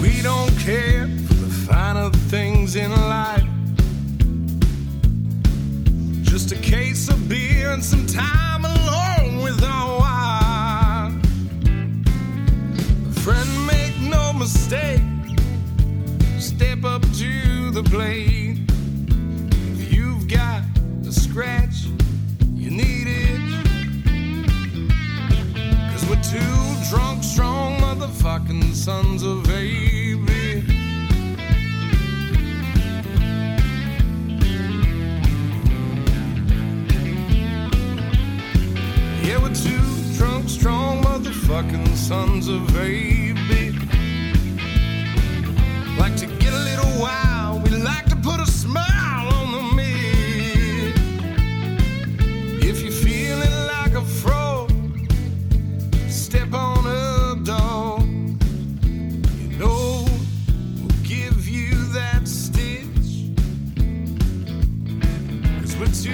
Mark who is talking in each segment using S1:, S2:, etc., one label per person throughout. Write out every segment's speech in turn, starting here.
S1: We don't care for the finer things in life. Just a case of beer and some time alone with our wine. Friend, make no mistake. Step up to the plate. If you've got a scratch, you need it. Cause we're two drunk, strong motherfucking sons of baby. Yeah, we're two drunk, strong motherfucking sons of baby. Like to get a little wild, we like to put a smile on the mid. If you're feeling like a frog, step on up, dog. You know we'll give you that stitch. Cause we're two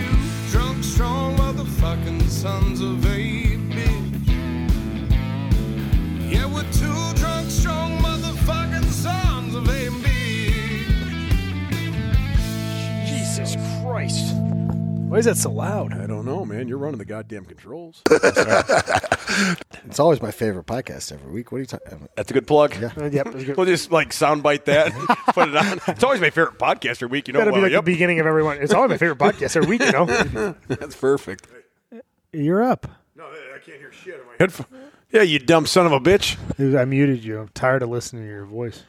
S1: drunk, strong motherfucking sons of a bitch. Yeah, we're two drunk, strong motherfucking sons of a bitch.
S2: Jesus Christ.
S3: Why is that so loud? I don't know, man. You're running the goddamn controls.
S4: It's always my favorite podcast every week. What are you talking about?
S5: That's a good plug.
S4: Yeah.
S2: Uh, Yep. It's good.
S5: We'll just like soundbite that, put it on. It's always my favorite podcast every week. You know,
S2: That'll be
S5: well,
S2: like
S5: yep,
S2: the beginning of everyone. It's always my favorite podcast every week, you know?
S5: that's perfect.
S2: You're up.
S3: no, I can't hear shit. Am
S5: Headph- Yeah, you dumb son of a bitch.
S2: I muted you. I'm tired of listening to your voice.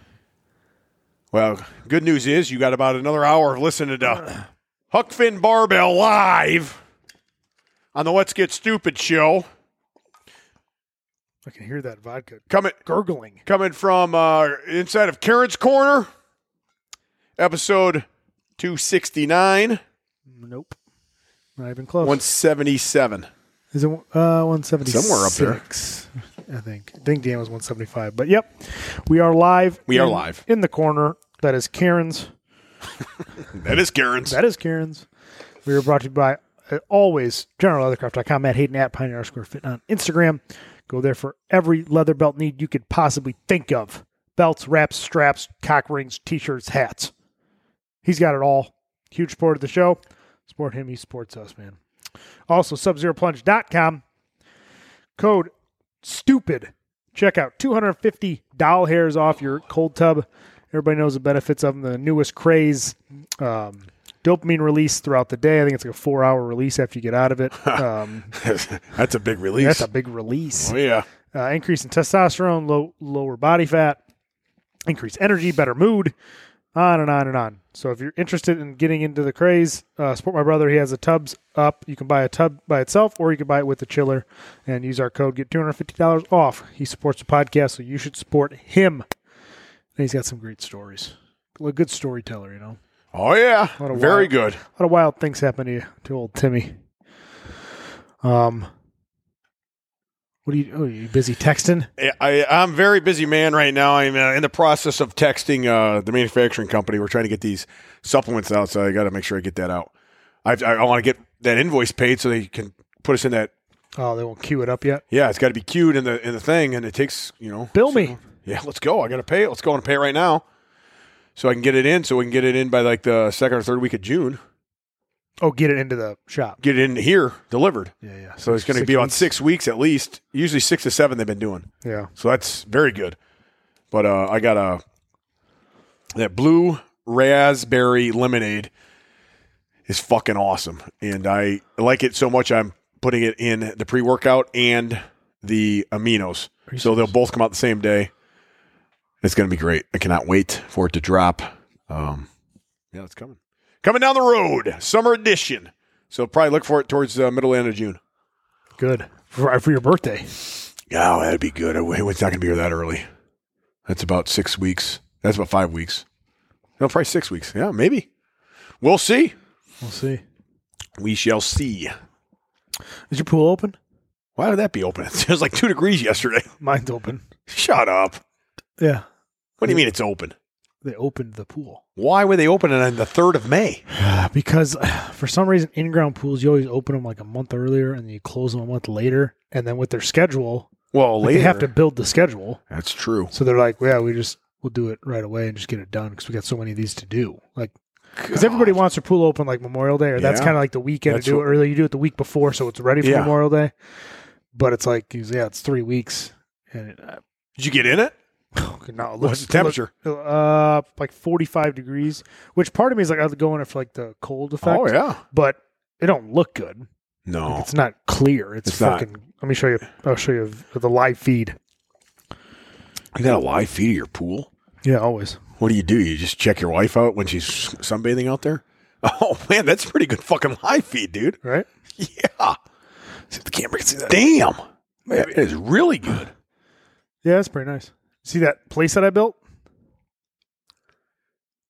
S5: Well, good news is you got about another hour of listening to Huck Finn Barbell live on the Let's Get Stupid show.
S2: I can hear that vodka
S5: Coming,
S2: gurgling.
S5: coming from uh, inside of Karen's Corner, episode 269,
S2: Nope. Not even close.
S5: 177.
S2: Is it uh, 176?
S5: Somewhere up there.
S2: I think. I think Dan was 175. But yep, we are live.
S5: We are
S2: in-
S5: live.
S2: In the corner. That is Karen's.
S5: That is Karen's.
S2: That is Karen's. We are brought to you by, uh, always, generalleathercraft.com, Matt Hayden at Pioneer Square Fit on Instagram. Go there for every leather belt need you could possibly think of belts, wraps, straps, cock rings, t shirts, hats. He's got it all. Huge support of the show. Support him. He supports us, man. Also, subzeroplunge.com. Code STUPID. Check out 250 doll hairs off your cold tub. Everybody knows the benefits of them. The newest craze, um, dopamine release throughout the day. I think it's like a four hour release after you get out of it. Um,
S5: that's a big release.
S2: that's a big release
S5: oh, yeah.
S2: uh, increase in testosterone, low lower body fat, increased energy, better mood, on and on and on. So if you're interested in getting into the craze, uh, support my brother. He has the tubs up. You can buy a tub by itself, or you can buy it with the chiller, and use our code get two hundred fifty dollars off. He supports the podcast, so you should support him. And he's got some great stories. A good storyteller, you know.
S5: Oh, yeah.
S2: What a
S5: Very
S2: wild-
S5: good.
S2: A lot of wild things happen to you, to old Timmy. Um, what are you? Oh, you busy texting?
S5: I, I'm very busy man right now. I'm uh, in the process of texting uh, the manufacturing company. We're trying to get these supplements out, so I got to make sure I get that out. I, I, I want to get that invoice paid so they can put us in that.
S2: Oh, they won't queue it up yet.
S5: Yeah, it's got to be queued in the in the thing, and it takes you know.
S2: Bill me.
S5: Yeah, let's go. I got to pay it. Let's go and pay it right now, so I can get it in. So we can get it in by like the second or third week of June.
S2: Oh, get it into the shop.
S5: Get it in here delivered.
S2: Yeah, yeah.
S5: So it's going to be about
S2: weeks.
S5: six weeks at least. Usually six to seven. They've been doing.
S2: Yeah.
S5: So that's very good. But uh, I got a that blue raspberry lemonade is fucking awesome, and I like it so much. I'm putting it in the pre workout and the aminos, so they'll both come out the same day. It's gonna be great. I cannot wait for it to drop. Um, yeah, it's coming. Coming down the road, summer edition. So probably look for it towards the middle end of June.
S2: Good for, for your birthday.
S5: Oh, that'd be good. It- It's not going to be here that early. That's about six weeks. That's about five weeks. No, probably six weeks. Yeah, maybe. We'll see.
S2: We'll see.
S5: We shall see.
S2: Is your pool open?
S5: Why would that be open? It was like two degrees yesterday.
S2: Mine's open.
S5: Shut up.
S2: Yeah,
S5: What do you mean it's open?
S2: they opened the pool
S5: Why were they open on the 3rd of May?
S2: because for some reason in-ground pools you always open them like a month earlier and you close them a month later. And then with their schedule,
S5: Well,
S2: like,
S5: later.
S2: they have to build the schedule.
S5: That's true.
S2: So they're like, yeah, we just we'll do it right away and just get it done because we got so many of these to do. Like, because everybody wants their pool open like Memorial Day, or that's
S5: Yeah.
S2: kind of like the weekend
S5: That's
S2: to do it,
S5: what-
S2: or you do it the week before so it's ready for
S5: Yeah.
S2: Memorial Day. But it's like, yeah, it's three weeks. And uh,
S5: Did you get in it?
S2: no, it looks-
S5: What's the temperature?
S2: Uh, like 45 degrees, which part of me is like, I'd go in it for like the cold effect.
S5: Oh yeah.
S2: But it don't look good. Like,
S5: No.
S2: It's not clear. It's,
S5: It's not.
S2: fucking. Let me show you. I'll show you the live feed.
S5: You got a live feed of your pool?
S2: Yeah, always.
S5: What do you do? You just check your wife out when she's sunbathing out there? Oh man, that's pretty good fucking live feed, dude.
S2: Right?
S5: Yeah. See if the camera can see that. Damn. Man, it is really good.
S2: Yeah, that's pretty nice. See that place that I built?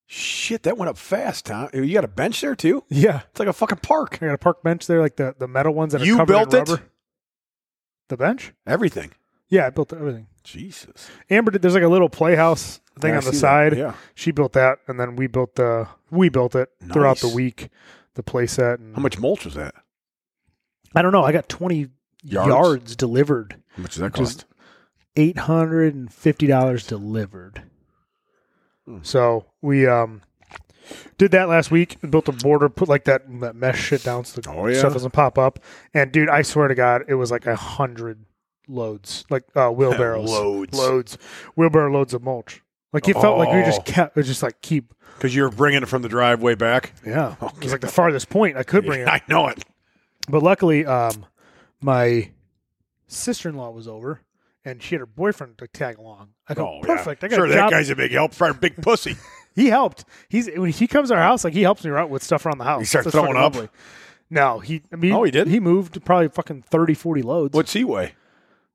S5: Shit, that went up fast, huh? You got a bench there too?
S2: Yeah.
S5: It's like a fucking park.
S2: I got a park bench there, like the, the metal ones that are
S5: You
S2: covered
S5: built
S2: in
S5: it?
S2: rubber. The bench?
S5: Everything.
S2: Yeah, I built everything.
S5: Jesus.
S2: Amber did. There's like a little playhouse thing
S5: Yeah, I
S2: on the
S5: see that.
S2: side.
S5: Yeah.
S2: She built that, and then we built the we built it throughout the
S5: Nice.
S2: week. The playset. And,
S5: How much mulch was that?
S2: I don't know. I got 20 yards,
S5: Yards?
S2: delivered.
S5: How much does that
S2: Just-
S5: cost?
S2: eight hundred and fifty dollars delivered.
S5: Hmm.
S2: So we um did that last week and built a border, put like that that mesh shit down so the
S5: Oh, yeah.
S2: stuff doesn't pop up. And dude, I swear to God, it was like a hundred loads, like uh, wheelbarrows,
S5: Loads.
S2: loads, wheelbarrow loads of mulch. Like it felt like we just
S5: Oh.
S2: kept, it was just like keep,
S5: Because you're bringing it from the driveway back.
S2: yeah. It
S5: Okay.
S2: was like the farthest point I could bring it.
S5: I know it.
S2: But luckily, um, my sister in law was over, and she had her boyfriend to tag along. I go,
S5: Oh, yeah.
S2: perfect. I got
S5: sure,
S2: a job.
S5: that guy's a big help, for a big pussy.
S2: he helped. He's when he comes to our house, like he helps me out with stuff around the house.
S5: He starts
S2: That's
S5: throwing
S2: fucking
S5: up.
S2: lovely. No, he. I mean,
S5: Oh, he did?
S2: He moved probably fucking 30, 40 loads.
S5: What's he weigh?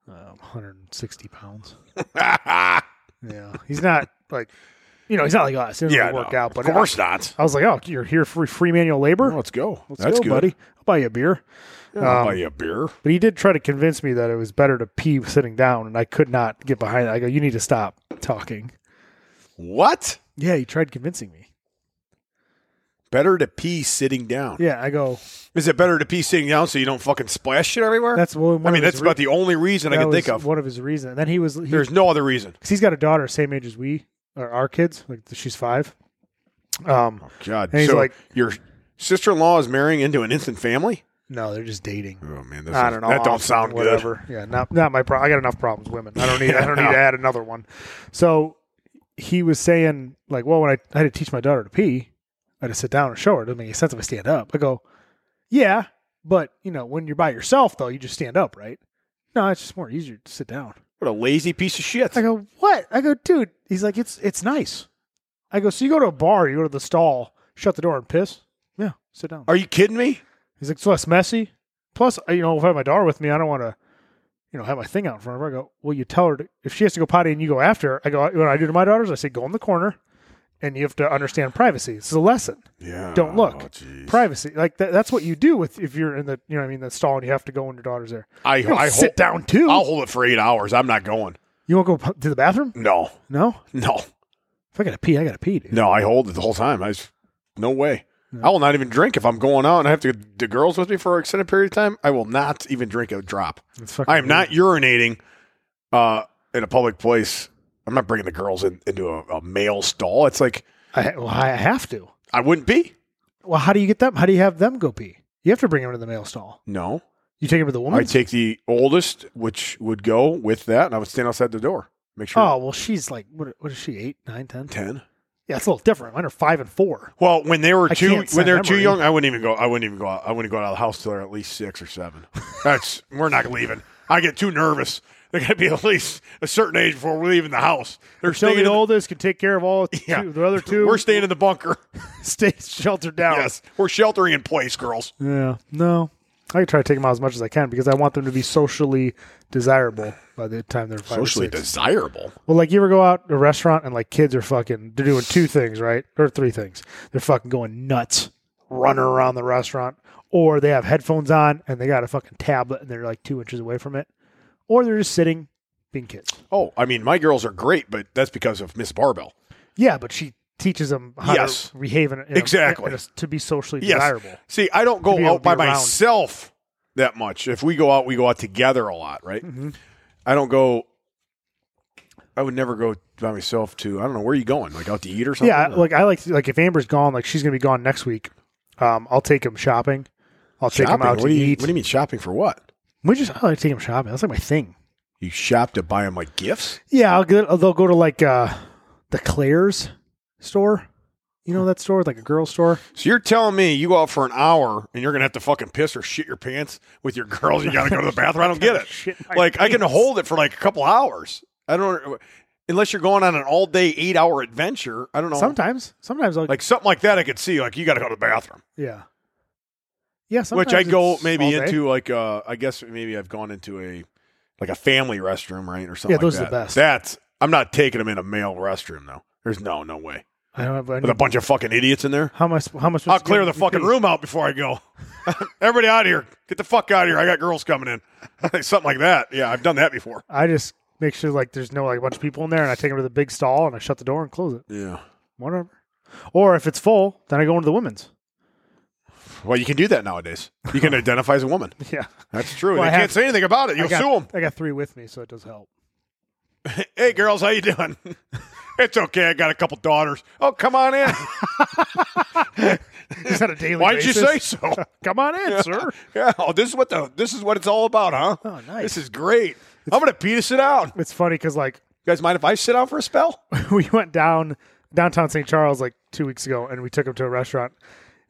S2: Um, 160 pounds.
S5: yeah,
S2: Yeah, he's not like, you know, he's not like us. He doesn't really
S5: no,
S2: work out, but
S5: of course not.
S2: I was like, oh, you're here for free manual labor.
S5: Well, let's go.
S2: Let's
S5: That's
S2: go,
S5: good.
S2: buddy. I'll buy you a beer.
S5: Yeah, I'll
S2: Um,
S5: buy you a beer.
S2: But he did try to convince me that it was better to pee sitting down, and I could not get behind that. I go, you need to stop talking.
S5: What?
S2: Yeah, he tried convincing me.
S5: Better to pee sitting down.
S2: Yeah, I go,
S5: Is it better to pee sitting down so you don't fucking splash shit everywhere?
S2: that's well, one.
S5: I mean,
S2: of his
S5: that's
S2: re-
S5: about the only reason I
S2: that
S5: can think
S2: was
S5: of.
S2: One of his reasons. Then he was he
S5: There's no other reason.
S2: because he's got a daughter same age as we or our kids like she's five um
S5: God.
S2: And he's
S5: so
S2: like-
S5: your sister-in-law is marrying into an instant family?
S2: no they're just dating
S5: Oh man, this
S2: I
S5: is-
S2: don't know.
S5: That don't
S2: awesome,
S5: sound good.
S2: whatever. Yeah, not not my problem. I got enough problems. with Women. I don't need. I don't need to add another one. So he was saying like, well, when I, I had to teach my daughter to pee, I had to sit down and show her. It doesn't make any sense if I stand up. I go, yeah, but you know, when you're by yourself though, you just stand up, right? No, it's just more easier to sit down.
S5: What a lazy piece of shit.
S2: I go, what? I go, dude. He's like, it's it's nice. I go, so you go to a bar, you go to the stall, shut the door and piss. Yeah, sit down.
S5: Are you kidding me?
S2: He's like, so that's messy. Plus, uh, you know, if I have my daughter with me, I don't want to, you know, have my thing out in front of her. I go, well, you tell her to, if she has to go potty and you go after her. I go, what I do to my daughters, I say, go in the corner, and you have to understand privacy. This is a lesson.
S5: Yeah.
S2: Don't look.
S5: Oh, jeez.
S2: Privacy, like that, that's what you do with if you're in the, you know, what I mean, the stall and you have to go when your daughter's there.
S5: I,
S2: You don't
S5: I
S2: sit
S5: hold,
S2: down too.
S5: I'll hold it for eight hours. I'm not going.
S2: You won't go pu- to the bathroom?
S5: No,
S2: No.
S5: no,
S2: If I gotta pee, I gotta pee, dude.
S5: no. I hold it the whole time. I just, no way. I will not even drink if I'm going out and I have to the girls with me for an extended period of time. I will not even drink a drop.
S2: It's fucking
S5: I am
S2: weird.
S5: not urinating uh, in a public place. I'm not bringing the girls in, into a, a male stall. It's like
S2: I, well, I have to.
S5: I wouldn't be.
S2: Well, how do you get them? How do you have them go pee? You have to bring them to the male stall.
S5: No,
S2: You take them to the
S5: I
S2: woman's.
S5: take the oldest, which would go with that, and I would stand outside the door. Make sure.
S2: Oh well, she's like what? What is she? Eight, nine, ten?
S5: 10.
S2: Yeah, it's a little different. Mine are five and four.
S5: Well, when they were
S2: I
S5: too
S2: can't
S5: when they were
S2: send
S5: too
S2: Emery.
S5: young, I wouldn't even go. I wouldn't even go. Out, I wouldn't go out of the house till they're at least six or seven. That's we're not leaving. I get too nervous. They're gonna be at least a certain age before we're leaving the house. They're
S2: So
S5: staying in
S2: the
S5: the-
S2: oldest can take care of all
S5: Yeah.
S2: two, the other two.
S5: We're staying in the bunker.
S2: stay sheltered down.
S5: Yes, we're sheltering in place, girls.
S2: Yeah. No. I try to take them out as much as I can because I want them to be socially desirable by the time they're five or
S5: Socially
S2: six.
S5: desirable.
S2: Well, like you ever go out to a restaurant and like kids are fucking they're doing two things, right? Or three things. They're fucking going nuts, running around the restaurant, or they have headphones on and they got a fucking tablet and they're like two inches away from it. Or they're just sitting being kids.
S5: Oh, I mean, my girls are great, but that's because of Miss Barbell.
S2: Yeah, but she teaches them how
S5: Yes.
S2: to behave in, in a-
S5: Exactly.
S2: in a- to be socially
S5: Yes.
S2: desirable.
S5: See, I don't go
S2: To be able
S5: out
S2: to
S5: by
S2: be around.
S5: myself that
S2: Mm-hmm.
S5: much. If we go out, we go out together a lot, right? I don't go. I would never go by myself to. I don't know where are you going, like out to eat or something.
S2: Yeah,
S5: Or-
S2: like I like like if Amber's gone, like she's gonna be gone next week. Um, I'll take him shopping. I'll take him
S5: shopping.
S2: out
S5: what
S2: to
S5: do you
S2: eat.
S5: What do you mean shopping for what?
S2: we just I like to take him shopping. That's like my thing.
S5: You shop to buy him like gifts?
S2: Yeah, I'll get. They'll go to like uh, the Claire's store. You know that store, like a girl store.
S5: So you're telling me you go out for an hour and you're gonna have to fucking piss or shit your pants with your girls? You gotta go to the bathroom. I don't get it.
S2: Shit, my
S5: Like I can
S2: pants.
S5: hold it for like a couple hours. I don't. Unless you're going on an all day eight hour adventure, I don't know.
S2: Sometimes, sometimes I'll
S5: like something like that, I could see. Like you got to go to the bathroom,
S2: yeah, yeah.
S5: which
S2: Sometimes
S5: I go
S2: it's all
S5: maybe
S2: day.
S5: into like uh, I guess maybe I've gone into a like a family restroom, right, or something.
S2: Yeah,
S5: like
S2: those are the
S5: that.
S2: best.
S5: That's I'm not taking them in a male restroom though. There's no no way
S2: I don't have. I
S5: with a
S2: need-
S5: bunch of fucking idiots in there.
S2: how am I? sp- How am I supposed
S5: I'll
S2: to
S5: clear the
S2: get-
S5: fucking room out before I go. Everybody out of here. Get the fuck out of here. I got girls coming in. Something like that. Yeah, I've done that before.
S2: I just make sure like there's no like a bunch of people in there, and I take them to the big stall and I shut the door and close it.
S5: Yeah.
S2: Whatever. Or if it's full, then I go into the women's.
S5: Well, you can do that nowadays. You can identify as a woman.
S2: Yeah,
S5: That's true.
S2: Well,
S5: they
S2: I
S5: can't
S2: have-
S5: say anything about it. You'll
S2: I got,
S5: sue them.
S2: I got three with me, so it does help.
S5: Hey, girls, how you doing? it's okay. I got a couple daughters. Oh, come on in.
S2: Is that a daily?
S5: Why'd you
S2: basis?
S5: say so?
S2: Come on in, sir.
S5: yeah. Oh, this is what the this is what it's all about, huh?
S2: Oh, nice.
S5: This is great. I'm gonna pee to sit down. You
S2: It's funny because like
S5: guys, mind if I sit down for a spell?
S2: we went down downtown St. Charles like two weeks ago, and we took him to a restaurant.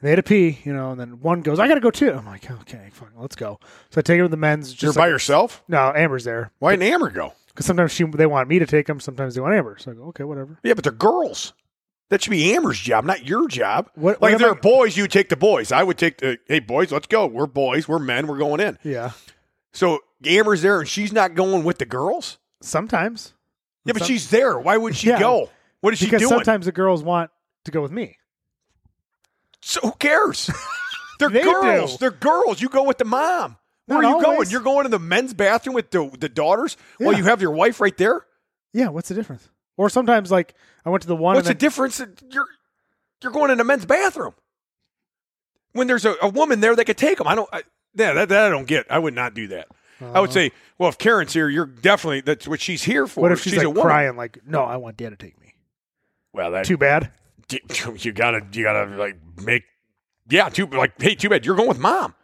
S2: And they had to pee, you know, and then one goes, "I gotta go too." I'm like, "Okay, fine, let's go." So I take him to the men's.
S5: You're
S2: Just
S5: by
S2: like,
S5: yourself.
S2: no, Amber's there
S5: Why didn't Amber go?
S2: because sometimes she they want me to take him, sometimes they want Amber. So I go, "Okay, whatever."
S5: Yeah, but they're girls. That should be Amber's job, not your job.
S2: What-
S5: like
S2: what
S5: if they're
S2: am I-
S5: boys, you take the boys. I would take the hey boys, let's go. We're boys, we're men, we're going in.
S2: Yeah,
S5: So Amber's there and she's not going with the girls?
S2: sometimes
S5: Yeah, but
S2: Some-
S5: she's there. Why would she
S2: Yeah.
S5: go? What is she
S2: because
S5: doing?
S2: sometimes the girls want to go with me.
S5: So who cares? They're
S2: They
S5: girls.
S2: do.
S5: They're girls. You go with the mom. Where
S2: Not
S5: are you going?
S2: always.
S5: You're going to the men's bathroom with the, the daughters while
S2: Yeah.
S5: you have your wife right there?
S2: Yeah, what's the difference? Or sometimes like I went to the one.
S5: What's the
S2: and
S5: difference? You're you're going in the men's bathroom. When there's a, a woman there that could take them. I don't I, yeah, that, that I don't get. I would not do that. I would say, well, if Karen's here, you're definitely that's what she's here
S2: Uh-huh.
S5: for.
S2: Uh, What if she's, like
S5: a woman.
S2: crying, like, "No, I want Dad to take me."
S5: Well, that
S2: Too bad.
S5: you gotta you gotta like make yeah, too like hey, too bad you're going with mom.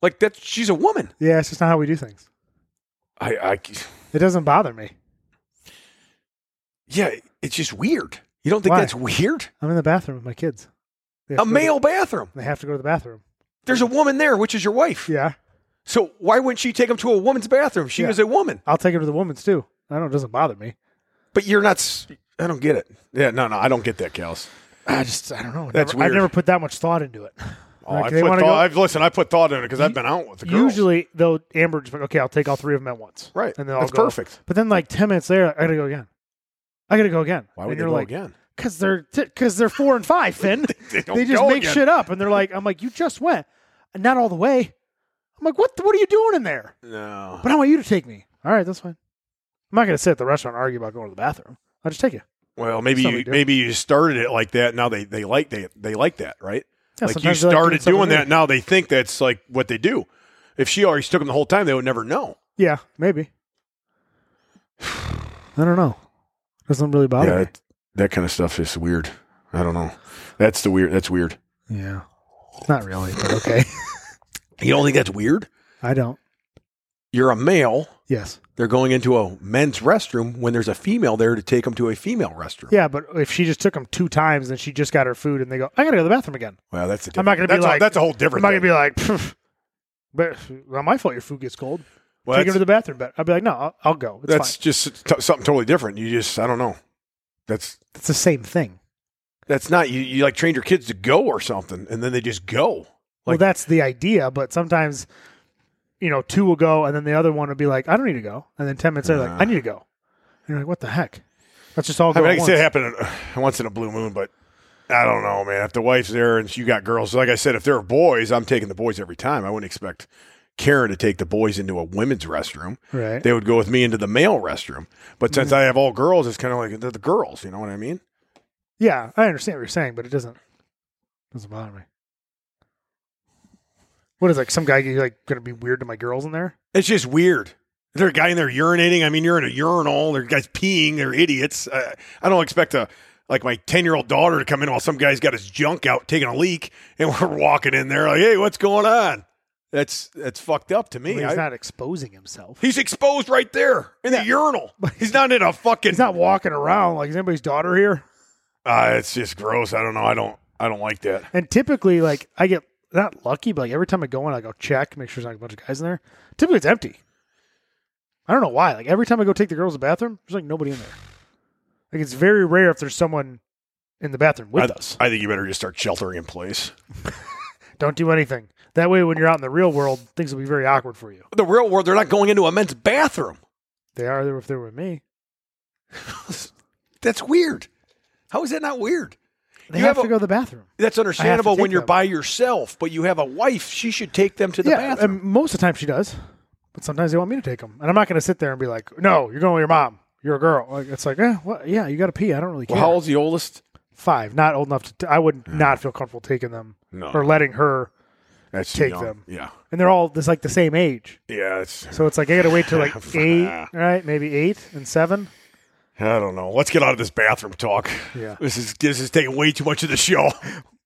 S5: Like that, she's a woman.
S2: Yeah, it's just not how we do things.
S5: I, I
S2: It doesn't bother me.
S5: yeah, it's just weird. You don't think
S2: Why?
S5: that's weird?
S2: I'm in the bathroom with my kids. They have
S5: A
S2: to go to-
S5: male bathroom.
S2: they have to go to the bathroom.
S5: There's a woman there, which is your wife.
S2: Yeah,
S5: So why wouldn't she take him to a woman's bathroom? She
S2: Yeah.
S5: was a woman.
S2: I'll take them to the women's too. I don't. It doesn't bother me.
S5: But you're not. s- I don't get it. Yeah, no, no, I don't get that, Kels.
S2: I just. I don't know.
S5: That's
S2: Never- I've
S5: weird.
S2: never put that much thought into it.
S5: Oh,
S2: Like,
S5: I
S2: they
S5: put
S2: wanna
S5: thought,
S2: go-
S5: I've listened. I put thought in it because I've been out with the girls.
S2: Usually, though, Amber just like, okay, I'll take all three of them at once.
S5: right?
S2: and
S5: And
S2: then I'll
S5: that's
S2: go.
S5: perfect.
S2: But then, like ten minutes later, I gotta go again. I gotta go again.
S5: Why would
S2: and
S5: they
S2: you're
S5: go
S2: like,
S5: again?
S2: Because they're because they're four and five, Finn.
S5: They, don't
S2: they just
S5: go
S2: make
S5: again.
S2: shit up, and they're like, I'm like, you just went, and not all the way. I'm like, what? What are you doing in there?
S5: No,
S2: But I want you to take me. All right, that's fine. I'm not gonna sit at the restaurant and argue about going to the bathroom. I'll just take you.
S5: Well, maybe
S2: That's how
S5: you,
S2: we do it.
S5: maybe you started it like that. Now they they like they they like that, right?
S2: Yeah,
S5: like you
S2: sometimes they like
S5: started
S2: something
S5: doing
S2: new.
S5: that. Now they think that's like what they do. If she already took them the whole time, they would never know.
S2: Yeah, maybe. I don't know. Doesn't really bother
S5: Yeah, that, that kind of stuff is weird. I don't know. That's the weird. That's weird.
S2: me. Yeah, not really, but okay.
S5: You don't think that's weird?
S2: I don't.
S5: You're a male.
S2: Yes.
S5: They're going into a men's restroom when there's a female there to take them to a female restroom.
S2: Yeah, but if she just took them two times and she just got her food and they go, I gotta go to the bathroom again.
S5: Well, that's a
S2: I'm not
S5: different-
S2: gonna be
S5: that's a-
S2: like-
S5: that's a whole different.
S2: I'm not gonna
S5: thing.
S2: be like, "Pff, but uh, not my fault. Your food gets cold.
S5: Well,
S2: Take him
S5: that's-
S2: to the bathroom. But I'll be like, no, I'll, I'll go. It's
S5: that's
S2: fine.
S5: just t- something totally different. You just I don't know. That's
S2: It's the same thing.
S5: that's not you. You like train your kids to go or something, and then they just go.
S2: well,
S5: Like-
S2: that's the idea, but sometimes, you know, two will go, and then the other one will be like, I don't need to go, and then ten minutes later, like, I need to go. And you're like, what the heck? Let's just all
S5: I
S2: go.
S5: mean, I
S2: at
S5: can say it
S2: once.
S5: happened in- once in a blue moon, but I don't know, man. If the wife's there and you got girls, like I said, if there are boys, I'm taking the boys every time. I wouldn't expect Karen to take the boys into a women's restroom.
S2: Right.
S5: They would go with me into the male restroom. But
S2: Mm.
S5: since I have all girls, it's kind of like they're the girls. You know what I mean?
S2: yeah, I understand what you're saying, but it doesn't doesn't bother me. What is like some guy like going to be weird to my girls in there?
S5: It's just weird. Is there a guy in there urinating? I mean, you're in a urinal. There are guys peeing. They're idiots. I, I don't expect a like my ten year old daughter to come in while some guy's got his junk out taking a leak, and we're walking in there like, hey, what's going on? That's that's fucked up to me.
S2: he's
S5: I-
S2: not exposing himself.
S5: he's exposed right there in the urinal. He's not in a fucking.
S2: He's not walking around like is anybody's daughter here.
S5: Uh, it's just gross. I don't know. I don't. I don't like that.
S2: And typically, like I get not lucky, but like every time I go in, I go check, make sure there's not a bunch of guys in there. Typically, it's empty. I don't know why. Like every time I go take the girls to the bathroom, there's like nobody in there. Like it's very rare if there's someone in the bathroom with
S5: I,
S2: us.
S5: I think you better just start sheltering in place.
S2: Don't do anything. That way, when you're out in the real world, things will be very awkward for you.
S5: The real world, they're not going into a men's bathroom.
S2: They are there if they're with me.
S5: That's weird. How is that not weird?
S2: They
S5: You
S2: have,
S5: have
S2: to
S5: a-
S2: go to the bathroom.
S5: That's understandable
S2: take
S5: when you're
S2: them.
S5: by yourself, but you have a wife. She should take them to the
S2: yeah,
S5: bathroom.
S2: and most of the time she does, but sometimes they want me to take them, and I'm not going to sit there and be like, "No, you're going with your mom. You're a girl." Like it's like, eh, what? Yeah, you got to pee. I don't really care.
S5: well, how old's the oldest?
S2: five, not old enough to. T- I would not feel comfortable taking them
S5: No.
S2: or letting her.
S5: That's
S2: Take them.
S5: Yeah.
S2: And they're all this like the same age,
S5: Yeah. It's,
S2: so it's like I got to wait till like eight, right? Maybe eight and seven.
S5: I don't know. Let's get out of this bathroom talk.
S2: Yeah.
S5: This is this is taking way too much of the show.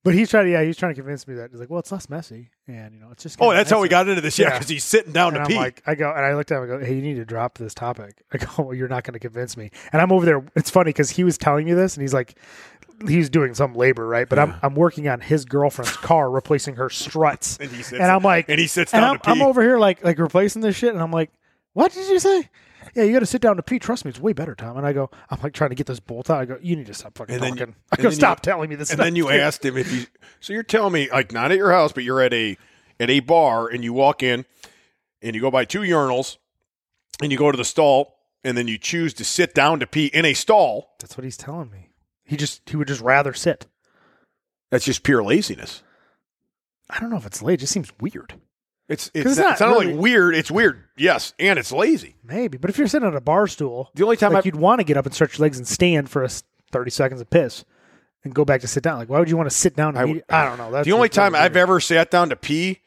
S2: But he's trying to, yeah, he's trying to convince me that he's like, well, it's less messy, and you know, it's just.
S5: Oh,
S2: kinda
S5: that's how we
S2: messy.
S5: got into this. Yeah,
S2: Yeah.
S5: because he's sitting down
S2: And
S5: to
S2: I'm
S5: pee.
S2: like, I go and I looked at him. I go, hey, you need to drop this topic. I go, well, you're not going to convince me. And I'm over there. It's funny because he was telling me this, and he's like, he's doing some labor, right? But I'm I'm working on his girlfriend's car, replacing her struts.
S5: And he sits-
S2: and I'm like,
S5: and he sits
S2: and
S5: down
S2: I'm,
S5: to pee.
S2: I'm over here like like replacing this shit, and I'm like, what did you say? Yeah, you got to sit down to pee. Trust me, it's way better, Tom. And I go, I'm like trying to get this bolt out. I go, you need to stop fucking
S5: And then you-
S2: talking. I
S5: and
S2: go,
S5: then you-
S2: stop telling me this.
S5: and
S2: stuff.
S5: then you asked him if you. So you're telling me, like, not at your house, but you're at a at a bar, and you walk in, and you go by two urinals, and you go to the stall, and then you choose to sit down to pee in a stall.
S2: That's what he's telling me. He just he would just rather sit.
S5: That's just pure laziness.
S2: I don't know if it's late. It just seems weird.
S5: It's
S2: 'Cause
S5: it's,
S2: it's
S5: not,
S2: not
S5: it's not
S2: really-
S5: like weird. It's weird. Yes, and it's lazy.
S2: Maybe, but if you're sitting on a bar stool,
S5: The only time
S2: like
S5: I
S2: you'd want to get up and stretch your legs and stand for a s- 30 seconds of piss and go back to sit down. Like, why would you want to sit down?
S5: I
S2: I,
S5: w-
S2: I don't know. That's
S5: the only
S2: what's really
S5: time I've e-
S2: weird.
S5: ever sat down to pee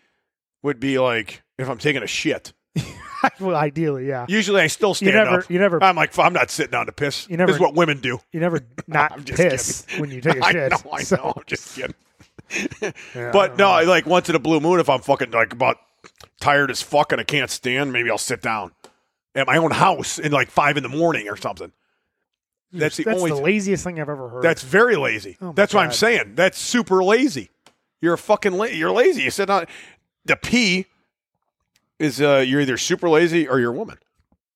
S5: would be like if I'm taking a shit.
S2: well, ideally, yeah. You,
S5: Usually, I still stand
S2: never,
S5: up.
S2: you never,
S5: I'm like, I'm not sitting down to piss.
S2: You never-
S5: this is what women do.
S2: you never
S5: I'm
S2: not
S5: just
S2: piss when you take a
S5: I
S2: shit.
S5: know, I
S2: So,
S5: know. I'm just kidding.
S2: yeah, I
S5: But
S2: don't
S5: no,
S2: know.
S5: I like once in a blue moon, if I'm fucking like about tired as fuck and I can't stand, maybe I'll sit down at my own house in like five in the morning or something. That's the
S2: that's
S5: only.
S2: the laziest thing I've ever heard.
S5: that's very lazy.
S2: Oh my
S5: that's what I'm
S2: God.
S5: saying. That's super lazy. You're a fucking la- you're lazy. You sit down. The P is uh, you're either super lazy or you're a woman,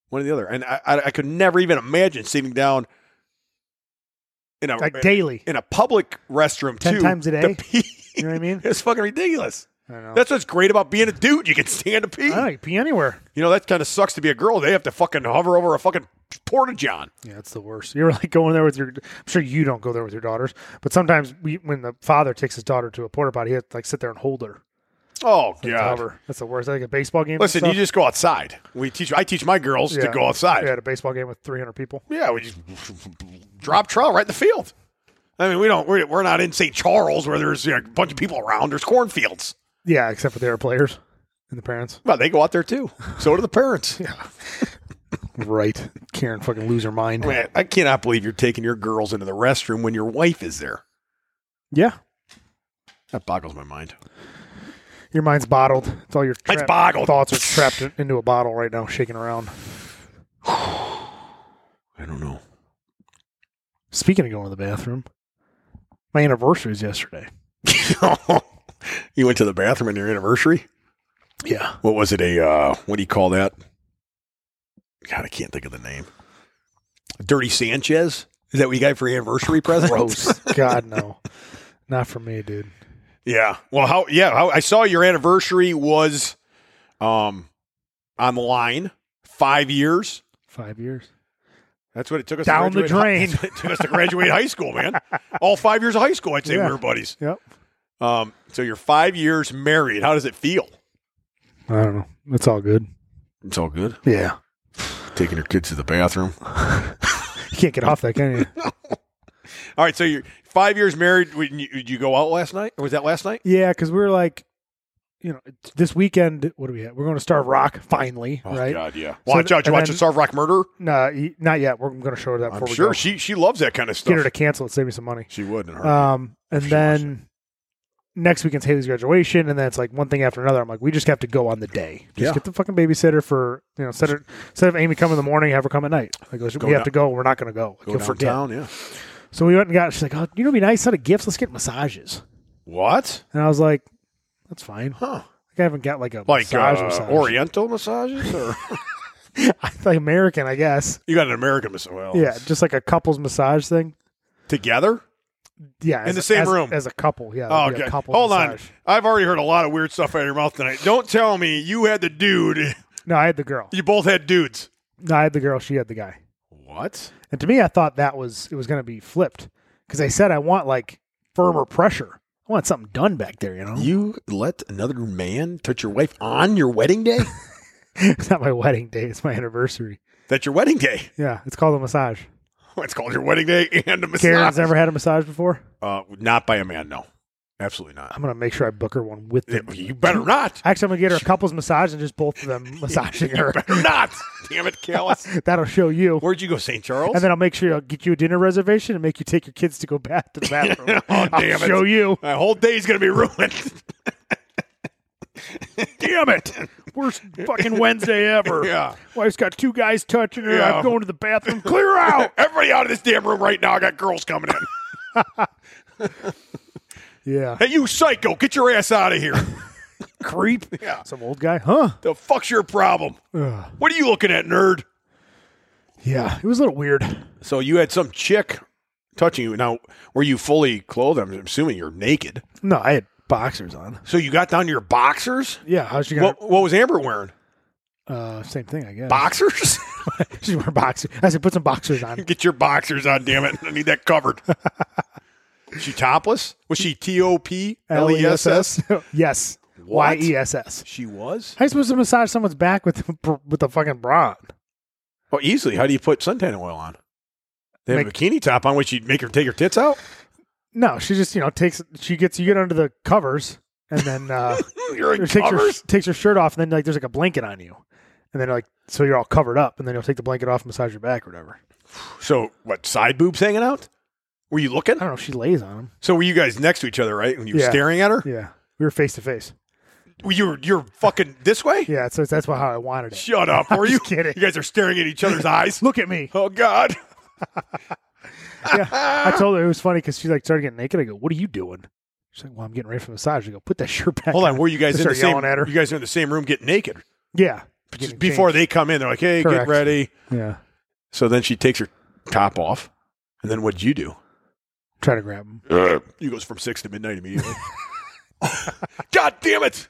S5: one or the other. And I, I, I could never even imagine sitting down in a
S2: like daily.
S5: in a public restroom
S2: 10
S5: too,
S2: times a
S5: to
S2: day?
S5: pee.
S2: You know what I mean?
S5: It's fucking ridiculous.
S2: I don't know.
S5: That's what's great about being a dude. You can stand to pee.
S2: I don't know, you pee anywhere.
S5: You know, that kind of sucks to be a girl. They have to fucking hover over a fucking porta john.
S2: Yeah, that's the worst. You're like going there with your. I'm sure you don't go there with your daughters, but sometimes we, when the father takes his daughter to a porta potty, he has to like sit there and hold her.
S5: Oh
S2: Like,
S5: god.
S2: hover. That's the worst. Like a baseball game. and
S5: Listen, you
S2: stuff.
S5: just go outside. We teach I teach my girls to
S2: Yeah.
S5: go outside.
S2: Yeah,
S5: Yeah,
S2: at a baseball game with 300 people.
S5: we just drop trowel right in the field. I mean, we don't we're, we're not in St. Charles where there's you know, a bunch of people around. There's cornfields.
S2: Yeah, except for their players and the parents.
S5: Well, they go out there too. So do the parents.
S2: Right. Karen fucking lose her mind.
S5: Man, I cannot believe you're taking your girls into the restroom when your wife is there.
S2: Yeah.
S5: That boggles my mind.
S2: Your mind's bottled. It's all your
S5: It's
S2: trapped-
S5: boggled.
S2: thoughts are trapped in- into a bottle right now, shaking around.
S5: I don't know.
S2: Speaking of going to the bathroom, my anniversary was yesterday.
S5: you went to the bathroom on your anniversary.
S2: Yeah.
S5: What was it? A uh, what do you call that? God, I can't think of the name. Dirty Sanchez. Is that what you got for your anniversary present?
S2: Gross. God, no. Not for me, dude.
S5: yeah. Well, how? Yeah, how, I saw your anniversary was, um, online five years.
S2: Five years.
S5: That's what it took us
S2: Down
S5: to
S2: the
S5: graduate hi-
S2: drain.
S5: that's what it took us to graduate high school, man. All five years of high school, I'd say
S2: Yeah.
S5: we were buddies.
S2: Yep.
S5: Um, so you're five years married. How does it feel?
S2: I don't know. It's all good.
S5: It's all good.
S2: Yeah.
S5: Taking your kids to the bathroom.
S2: You can't get off that, can you?
S5: All right, so you're five years married. When you, did you go out last night, or was that last night?
S2: Yeah, because we were like, you know, it's- this weekend, what do we have? We're going to Starve Rock finally,
S5: Oh
S2: right?
S5: God, yeah.
S2: So
S5: Watch
S2: th-
S5: out! You
S2: and
S5: watch
S2: then-
S5: the Starve Rock murder.
S2: No, y- not yet. We're going to show her that.
S5: I'm
S2: before we
S5: sure
S2: go.
S5: she she loves that kind of stuff.
S2: get her to cancel it, save me some money.
S5: she would. In her.
S2: Um, and
S5: She wants
S2: then next weekend's Haley's graduation, and then it's like one thing after another. I'm like, we just have to go on the day. Just
S5: Yeah.
S2: get the fucking babysitter for you know instead of instead of Amy come in the morning, have her come at night. Like let's-
S5: Go
S2: we have
S5: down-
S2: to go. We're not going to go. Like,
S5: go
S2: you'll
S5: down
S2: forget.
S5: town. Yeah.
S2: So we went and got. She's like, oh, you know, it'd be nice set of gifts. Let's get massages.
S5: What?
S2: And I was like, that's fine.
S5: Huh?
S2: Like, I haven't got like a
S5: Like
S2: massage,
S5: uh,
S2: massage.
S5: Oriental massages, or
S2: like American, I guess.
S5: you got an American massage? Well,
S2: Yeah, just like a couples massage thing.
S5: Together?
S2: Yeah,
S5: In
S2: as
S5: the
S2: a-
S5: same
S2: as-
S5: room.
S2: as a couple. Yeah,
S5: Oh,
S2: that'd be a
S5: God.
S2: couple
S5: Hold
S2: massage.
S5: on. I've already heard a lot of weird stuff out of your mouth tonight. Don't tell me you had the dude.
S2: No, I had the girl.
S5: You both had dudes.
S2: No, I had the girl. She had the guy.
S5: What?
S2: And to me, I thought that was it was going to be flipped because I said I want like firmer pressure. I want something done back there, you know.
S5: You let another man touch your wife on your wedding day?
S2: it's not my wedding day; it's my anniversary.
S5: That's your wedding day.
S2: Yeah, it's called a massage.
S5: It's called your wedding day and a massage.
S2: Karen's never had a massage before.
S5: Uh, not by a man, no. Absolutely not.
S2: I'm going to make sure I book her one with them.
S5: You better not.
S2: Actually, I'm going to get her a couples massage and just both of them massaging her.
S5: Better not. Damn it, Callis.
S2: That'll show you.
S5: Where'd you go, St. Charles?
S2: And then I'll make sure I'll get you a dinner reservation and make you take your kids to go back to the bathroom.
S5: Oh,
S2: I'll
S5: damn it.
S2: show you.
S5: My whole day's going to be ruined. Damn it.
S2: Worst fucking Wednesday ever.
S5: Yeah.
S2: Wife's got two guys touching her.
S5: Yeah.
S2: I'm going to the bathroom. Clear out.
S5: Everybody out of this damn room right now. I got girls coming in.
S2: Yeah.
S5: Hey, you psycho, get your ass out of here.
S2: Creep.
S5: Yeah.
S2: Some old guy. Huh?
S5: the fuck's your problem?
S2: Ugh.
S5: What are you looking at, nerd?
S2: Yeah. It was a little weird.
S5: So you had some chick touching you. Now, were you fully clothed? I'm assuming you're naked.
S2: No, I had boxers on.
S5: So you got down to your boxers?
S2: Yeah. How's she going
S5: What, what was Amber wearing?
S2: to? Uh, same thing, I guess.
S5: Boxers?
S2: She's wearing boxers. I said, put some boxers on.
S5: get your boxers on, damn it. I need that covered. she topless? Was she T O P L E S S?
S2: yes. Y
S5: What?
S2: E S S.
S5: She was?
S2: How you supposed to massage someone's back with with a fucking bra? on?
S5: Oh, easily. How do you put suntan oil on? They have
S2: Make-
S5: a bikini top on, which you'd make her take her tits out?
S2: No, she just you know takes she gets you get under the covers and then uh,
S5: Hmm, You're in
S2: takes her
S5: covers?
S2: takes her shirt off and then like there's like a blanket on you and then like so you're all covered up and then you'll take the blanket off and massage your back or whatever.
S5: So what? Side boobs hanging out? Were you looking?
S2: I don't know if she lays on him.
S5: So were you guys next to each other, right? And you were
S2: Yeah.
S5: staring at her.
S2: Yeah, we were face to face.
S5: Were You you're fucking this way.
S2: Yeah, so that's why how I wanted it.
S5: Shut up! Were you
S2: just kidding.
S5: You guys are staring at each other's eyes.
S2: Look at me.
S5: Oh God!
S2: I told her it was funny because she like started getting naked. I go, "What are you doing?" She's like, "Well, I'm getting ready for the massage." I go, "Put that shirt back."
S5: Hold on. Were you guys
S2: Just
S5: in the
S2: start
S5: same?
S2: yelling at her.
S5: You guys are in the same room getting naked
S2: Yeah,
S5: just before they come in. They're like, "Hey,
S2: Correct.
S5: get ready."
S2: Yeah,
S5: So then she takes her top off, and then what'd you do?
S2: try to grab him.
S5: You goes from six to midnight immediately. God damn it!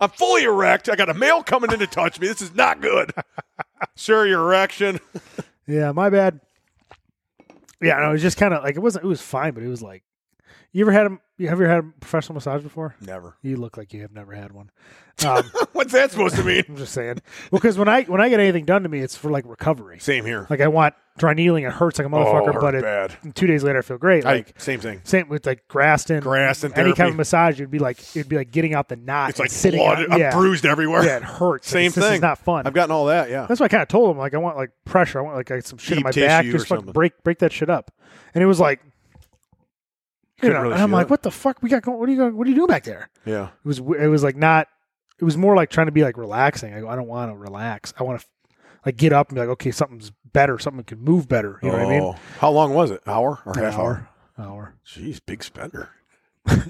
S5: I'm fully erect. I got a male coming in to touch me. This is not good. Sir, your erection.
S2: Yeah, my bad. Yeah, no, it was just kind of like it wasn't. It was fine, but it was like, you ever had a you have you ever had a professional massage before?
S5: Never.
S2: You look like you have never had one. Um,
S5: What's that supposed to mean?
S2: I'm just saying. Well, because when I when I get anything done to me, it's for like recovery.
S5: Same here.
S2: Like I want dry kneeling, it hurts like a motherfucker,
S5: Oh, hurt
S2: but it,
S5: bad.
S2: two days later I feel great. Like
S5: I, same thing.
S2: same with like Graston,
S5: Graston
S2: any kind
S5: therapy.
S2: of massage, it'd be like it'd be like getting out the knot.
S5: It's
S2: and
S5: like
S2: sitting
S5: blood.
S2: on-
S5: I'm
S2: yeah,
S5: bruised everywhere.
S2: yeah, it hurts.
S5: Same
S2: It's-
S5: thing.
S2: This is not fun.
S5: I've gotten all that. Yeah.
S2: That's why I kind of told him like I want like pressure. I want like, like some shit in
S5: Deep
S2: my back.
S5: tissue
S2: Just
S5: or
S2: fucking
S5: something.
S2: break break that shit up. And it was like, you
S5: Couldn't
S2: know,
S5: really
S2: and I'm
S5: feel
S2: like,
S5: it.
S2: what the fuck we got going? What are you going? What are you doing back there?
S5: yeah.
S2: It was it was like not. It was more like trying to be like relaxing. I go, I don't want to relax. I want to like get up and be like, okay, something's better. Something can move better. You know what I mean?
S5: Oh. How long was it? Hour or
S2: An
S5: half hour?
S2: hour.
S5: Jeez, big spender.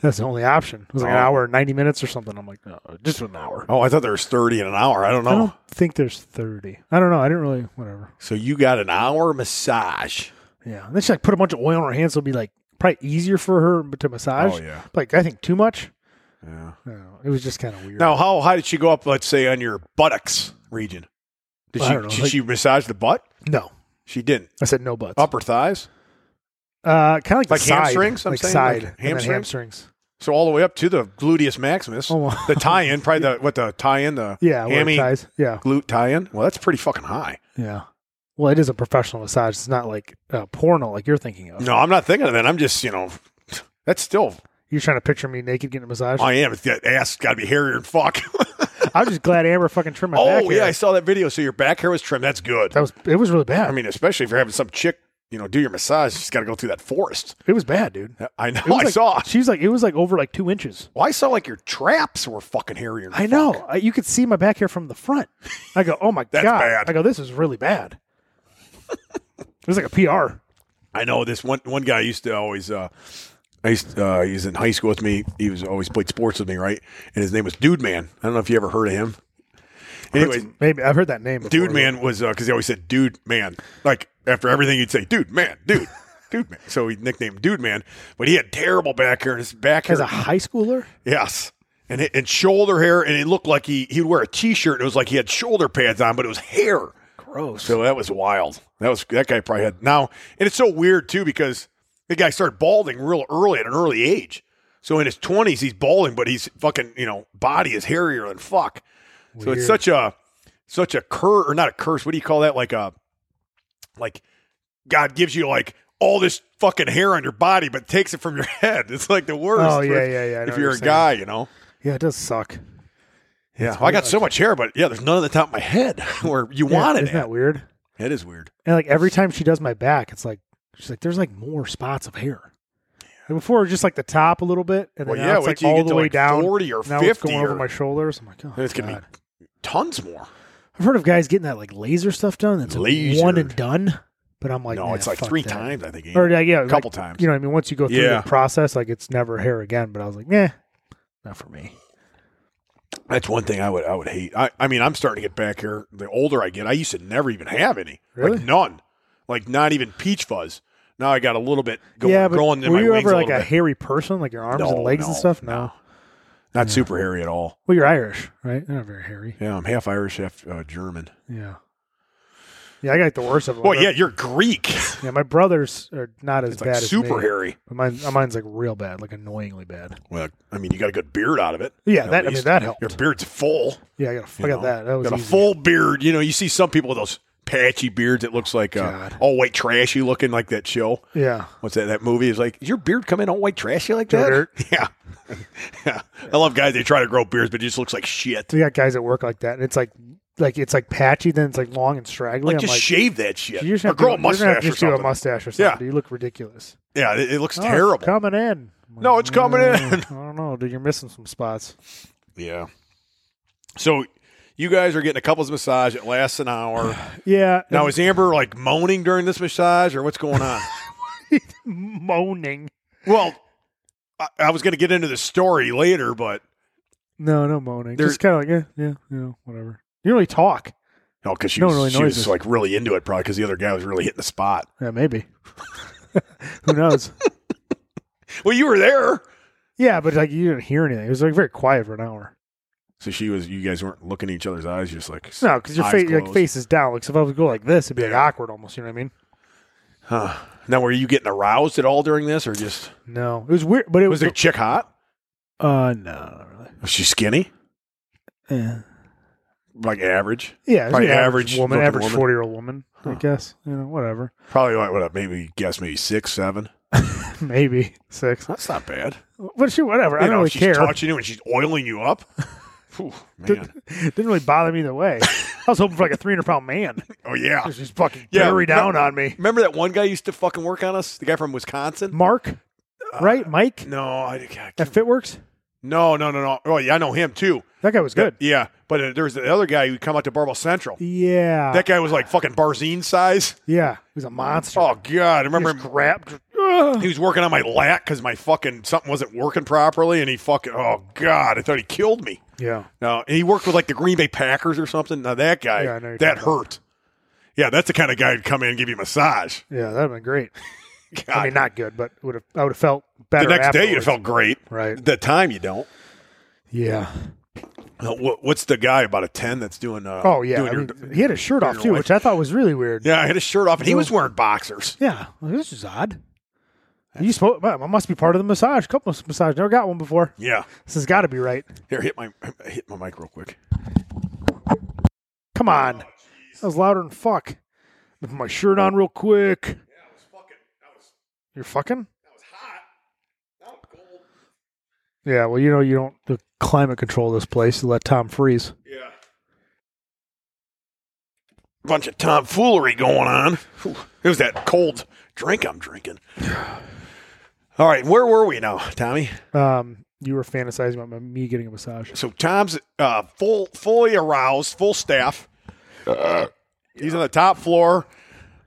S2: That's the only option. It was like an
S5: Oh.
S2: hour, ninety minutes or something. I'm like, no, just an hour.
S5: Oh, I thought there was thirty in an hour. I don't know.
S2: I don't think there's thirty. I don't know. I didn't really whatever.
S5: So you got an hour massage.
S2: Yeah. And then she like put a bunch of oil on her hands. So it'll be like probably easier for her to massage.
S5: Oh, yeah.
S2: Like I think too much.
S5: Yeah.
S2: I don't know. It was just kind of weird.
S5: Now, how high did she go up? Let's say on your buttocks region. Did
S2: I
S5: she?
S2: don't know,
S5: Did
S2: like-
S5: she massage the butt?
S2: no,
S5: She didn't.
S2: I said no butts.
S5: Upper thighs.
S2: Uh, kind of like, the
S5: Like
S2: side,
S5: hamstrings, I'm
S2: like
S5: saying,
S2: side,
S5: like
S2: and then
S5: hamstrings?
S2: hamstrings.
S5: So all the way up to the gluteus maximus.
S2: Oh, wow.
S5: The tie-in, probably the what the tie-in, the
S2: Yeah, where it
S5: hammy
S2: ties. Yeah,
S5: glute tie-in. Well, that's pretty fucking high.
S2: yeah. Well, it is a professional massage. It's not like uh, porno like you're thinking of.
S5: No, I'm not thinking of that. I'm just, you know, that's still
S2: You're You're trying to picture me naked getting a massage.
S5: I am. It's- That ass got to be hairier than fuck.
S2: I'm just glad Amber fucking trimmed my back.
S5: oh yeah,
S2: hair.
S5: I saw that video. So your back hair was trimmed. That's good.
S2: that was it. Was really bad.
S5: I mean, especially if you're having some chick, you know, do your massage. She's got to go through that forest.
S2: it was bad, dude.
S5: I know.
S2: It was
S5: I
S2: like-
S5: saw.
S2: She was like, it was like over like two inches.
S5: Well, I saw like your traps were fucking hairier. Than
S2: I know. I, you could see my back hair from the front. I go, oh my
S5: That's
S2: god.
S5: bad.
S2: I go, this is really bad. it was like a PR.
S5: I know this one one guy used to always uh I used uh he was in high school with me. He was always played sports with me, right? And his name was Dude Man. I don't know if you ever heard of him. Anyway,
S2: Maybe I've heard that name. Before.
S5: Dude Man was uh cuz he always said Dude Man. Like after everything he'd say Dude Man, Dude. Dude Man. So he nicknamed him Dude Man, but he had terrible back hair and his back hair
S2: as a high schooler.
S5: Yes. And it, and shoulder hair and it looked like he he would wear a t-shirt and it was like he had shoulder pads on but it was hair.
S2: Gross.
S5: So that was wild. That was that guy probably had now, and it's so weird too because the guy started balding real early at an early age. So in his twenties, he's balding, but he's fucking you know body is hairier than fuck. So it's such a such a cur or not a curse. What do you call that? Like a like God gives you like all this fucking hair on your body, but takes it from your head. It's like the worst.
S2: Oh, yeah,
S5: for-
S2: yeah, yeah. I know
S5: If
S2: what
S5: you're
S2: you're
S5: a
S2: saying.
S5: guy, you know.
S2: Yeah, it does suck.
S5: Yeah, I got so much hair, but yeah, there's none on the top of my head where you
S2: Yeah,
S5: want it.
S2: Isn't
S5: at.
S2: that weird?
S5: That is weird.
S2: And like every time she does my back, it's like she's like, there's like more spots of hair. Like before, it was just like the top a little bit, and then
S5: Well,
S2: now
S5: yeah,
S2: it's
S5: wait
S2: like
S5: till you
S2: all
S5: get
S2: the
S5: to,
S2: way
S5: like,
S2: down.
S5: 40 or
S2: now it's
S5: 50
S2: going over
S5: or-
S2: my shoulders. I'm like, oh,
S5: And it's gonna
S2: God.
S5: be tons more.
S2: I've heard of guys getting that like laser stuff done. That's like one
S5: Lasered.
S2: and done. But I'm like,
S5: no,
S2: nah,
S5: it's like
S2: fuck
S5: three
S2: that.
S5: times. I think.
S2: or like, yeah,
S5: a couple
S2: like,
S5: times.
S2: You know, what I mean, once you go through
S5: Yeah.
S2: the process, like it's never hair again. But I was like, nah, not for me.
S5: That's one thing I would I would hate. I, I mean, I'm starting to get back here. The older I get, I used to never even have any,
S2: Really?
S5: like none, like not even peach fuzz. Now I got a little bit going,
S2: yeah, but
S5: growing in
S2: were
S5: my
S2: you
S5: wings
S2: ever
S5: a
S2: like a
S5: little bit.
S2: hairy person, like your arms
S5: No,
S2: and legs and
S5: no,
S2: stuff?
S5: no. Not super hairy at all.
S2: Well, you're Irish, right? They're not very hairy.
S5: Yeah, I'm half Irish, half uh, German.
S2: Yeah. Yeah, I got like the worst of them.
S5: Well, yeah, you're Greek.
S2: Yeah, my brothers are not as
S5: It's
S2: bad
S5: like
S2: as
S5: super
S2: me,
S5: hairy.
S2: But mine, uh, mine's like real bad, like annoyingly bad.
S5: Well, I mean, you got a good beard out of it.
S2: Yeah,
S5: at
S2: that I mean
S5: least.
S2: that helped.
S5: Your beard's full.
S2: Yeah, I got, a,
S5: you
S2: I got
S5: know?
S2: that. That was
S5: got
S2: easy.
S5: a full beard. You know, you see some people with those patchy beards. It looks like uh,
S2: God.
S5: all white trashy looking, like that show.
S2: Yeah,
S5: what's that that movie is like is your beard coming all white trashy like
S2: Joe
S5: that
S2: Dirt.
S5: yeah yeah i love guys they try to grow beards but it just looks like shit
S2: we got guys that work like that, and it's like like it's like patchy, then it's like long and straggly.
S5: like
S2: I'm
S5: just
S2: like,
S5: shave that shit
S2: you're just
S5: or
S2: gonna
S5: grow a
S2: have to- you're gonna have
S5: mustache
S2: to just do a mustache
S5: or something
S2: or something.
S5: Yeah.
S2: dude. You look ridiculous.
S5: yeah it, it looks
S2: Oh, it's
S5: terrible
S2: coming in.
S5: No, it's coming in.
S2: Mm, I don't know, dude. You're missing some spots.
S5: yeah so you guys are getting a couples massage it lasts an hour
S2: Yeah.
S5: now
S2: and
S5: is amber like moaning during this massage or what's going on
S2: moaning.
S5: well I, I was going to get into the story later but
S2: No, no moaning.
S5: There-
S2: just kind of like yeah, yeah, you know, whatever. You don't really talk.
S5: no because oh, she
S2: No
S5: was,
S2: really
S5: she was
S2: noises.
S5: like really into it probably because the other guy was really hitting the spot
S2: Yeah, maybe. Who knows?
S5: well you were there
S2: Yeah, but like you didn't hear anything. It was like very quiet for an hour.
S5: so she was you guys weren't looking at each other's eyes you're just like
S2: No, because your
S5: Eyes
S2: face like
S5: closed.
S2: face is down. Like so if I was to go like this, it'd be like
S5: Yeah.
S2: awkward almost. You know what I mean?
S5: Huh. Now, were you getting aroused at all during this, or just
S2: No, it was weird, but it
S5: was
S2: was.
S5: the chick hot?
S2: uh, no, not really.
S5: Was she skinny?
S2: Yeah,
S5: Like average?
S2: yeah, it was
S5: Probably
S2: an
S5: average
S2: woman,
S5: looking
S2: average
S5: woman.
S2: forty year old woman, I
S5: Huh.
S2: guess. You know, whatever.
S5: Probably like what? Maybe guess maybe six, seven.
S2: Maybe six.
S5: That's not bad.
S2: But she, whatever. I
S5: You
S2: don't
S5: know,
S2: really
S5: she's
S2: care.
S5: touching you and she's oiling you up. Phew, man.
S2: It didn't really bother me either way. I was hoping for like a three hundred pound man.
S5: Oh yeah.
S2: She's just fucking
S5: Yeah,
S2: carry down
S5: remember-
S2: on me.
S5: Remember that one guy used to fucking work on us? The guy from Wisconsin?
S2: Mark, right? Mike
S5: Uh, No, I, I can't-
S2: at Fitworks.
S5: no, no, no, no. Oh yeah, I know him too.
S2: That guy was good.
S5: Yeah, but uh, there was the other guy who come out to Barbell Central.
S2: Yeah,
S5: That guy was like fucking Barzine size.
S2: yeah, he was a monster.
S5: Oh god, I remember
S2: Just
S5: him
S2: grabbed. Ugh.
S5: He was working on my lat because my fucking something wasn't working properly, and he fucking oh god, I thought he killed me.
S2: Yeah.
S5: No, and he worked with like the Green Bay Packers or something. Now that guy,
S2: Yeah, I know you're
S5: that
S2: talking about.
S5: hurt. Yeah, that's the kind of guy who'd come in and give you a massage.
S2: Yeah, that'd have been great.
S5: God,
S2: I mean, not good, but would have I would have felt
S5: the
S2: better.
S5: next day you'd have
S2: afterwards.
S5: felt great.
S2: right.
S5: At That time you don't.
S2: Yeah.
S5: Uh, wh- What's the guy about a ten that's doing? Uh,
S2: Oh yeah.
S5: doing
S2: I
S5: your-
S2: mean, he had his shirt
S5: doing
S2: off
S5: your
S2: too,
S5: wife.
S2: which I thought was really weird.
S5: yeah, I had his shirt off and he was wearing boxers.
S2: Yeah. Well, this is odd. You spoke. I must be part of the massage. Couple of massage. Never got one before.
S5: Yeah,
S2: This has got to be right.
S5: here hit my hit my mic real quick.
S2: Come
S5: Oh,
S2: on. that was louder than fuck. Put my shirt on real quick.
S5: Yeah, I was fucking. I was
S2: You're fucking.
S5: I was hot. Now I'm cold.
S2: Yeah, well, you know, you don't the climate control this place to let Tom freeze.
S5: Yeah. Bunch of tomfoolery going on. Whew, It was that cold drink I'm drinking. All right, where were we now, Tommy?
S2: Um, you were fantasizing about my- me getting a massage.
S5: So Tom's uh, full, fully aroused, full staff. He's on the top floor.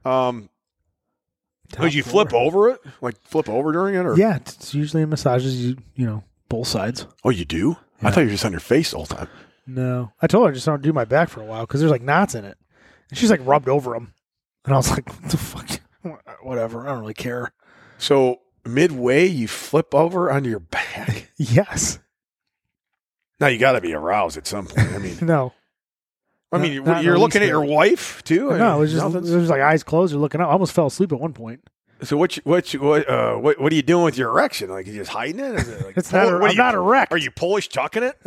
S5: Um, would you flip over it? Like flip over during it, or
S2: Yeah, it's it's usually in massages. You you know both sides.
S5: Oh, you do? I thought you were just on your face all the time.
S2: No, I told her I just don't do my back for a while because there's like knots in it, and she's like rubbed over them, and I was like, what the fuck, whatever. I don't really care.
S5: So midway, you flip over onto your back.
S2: Yes.
S5: now you got to be aroused at some point. I mean,
S2: No.
S5: I
S2: No,
S5: mean,
S2: not in
S5: you're
S2: the
S5: looking
S2: least
S5: at your
S2: bit.
S5: wife too. I
S2: No,
S5: mean,
S2: it was just
S5: nothing's-
S2: it was like eyes closed or looking up. I almost fell asleep at one point.
S5: So what? You, what? You, what? Uh, what? What are you doing with your erection? Like you just hiding it? Is it like
S2: It's not a-
S5: what are
S2: I'm not erect.
S5: Are you Polish tucking it?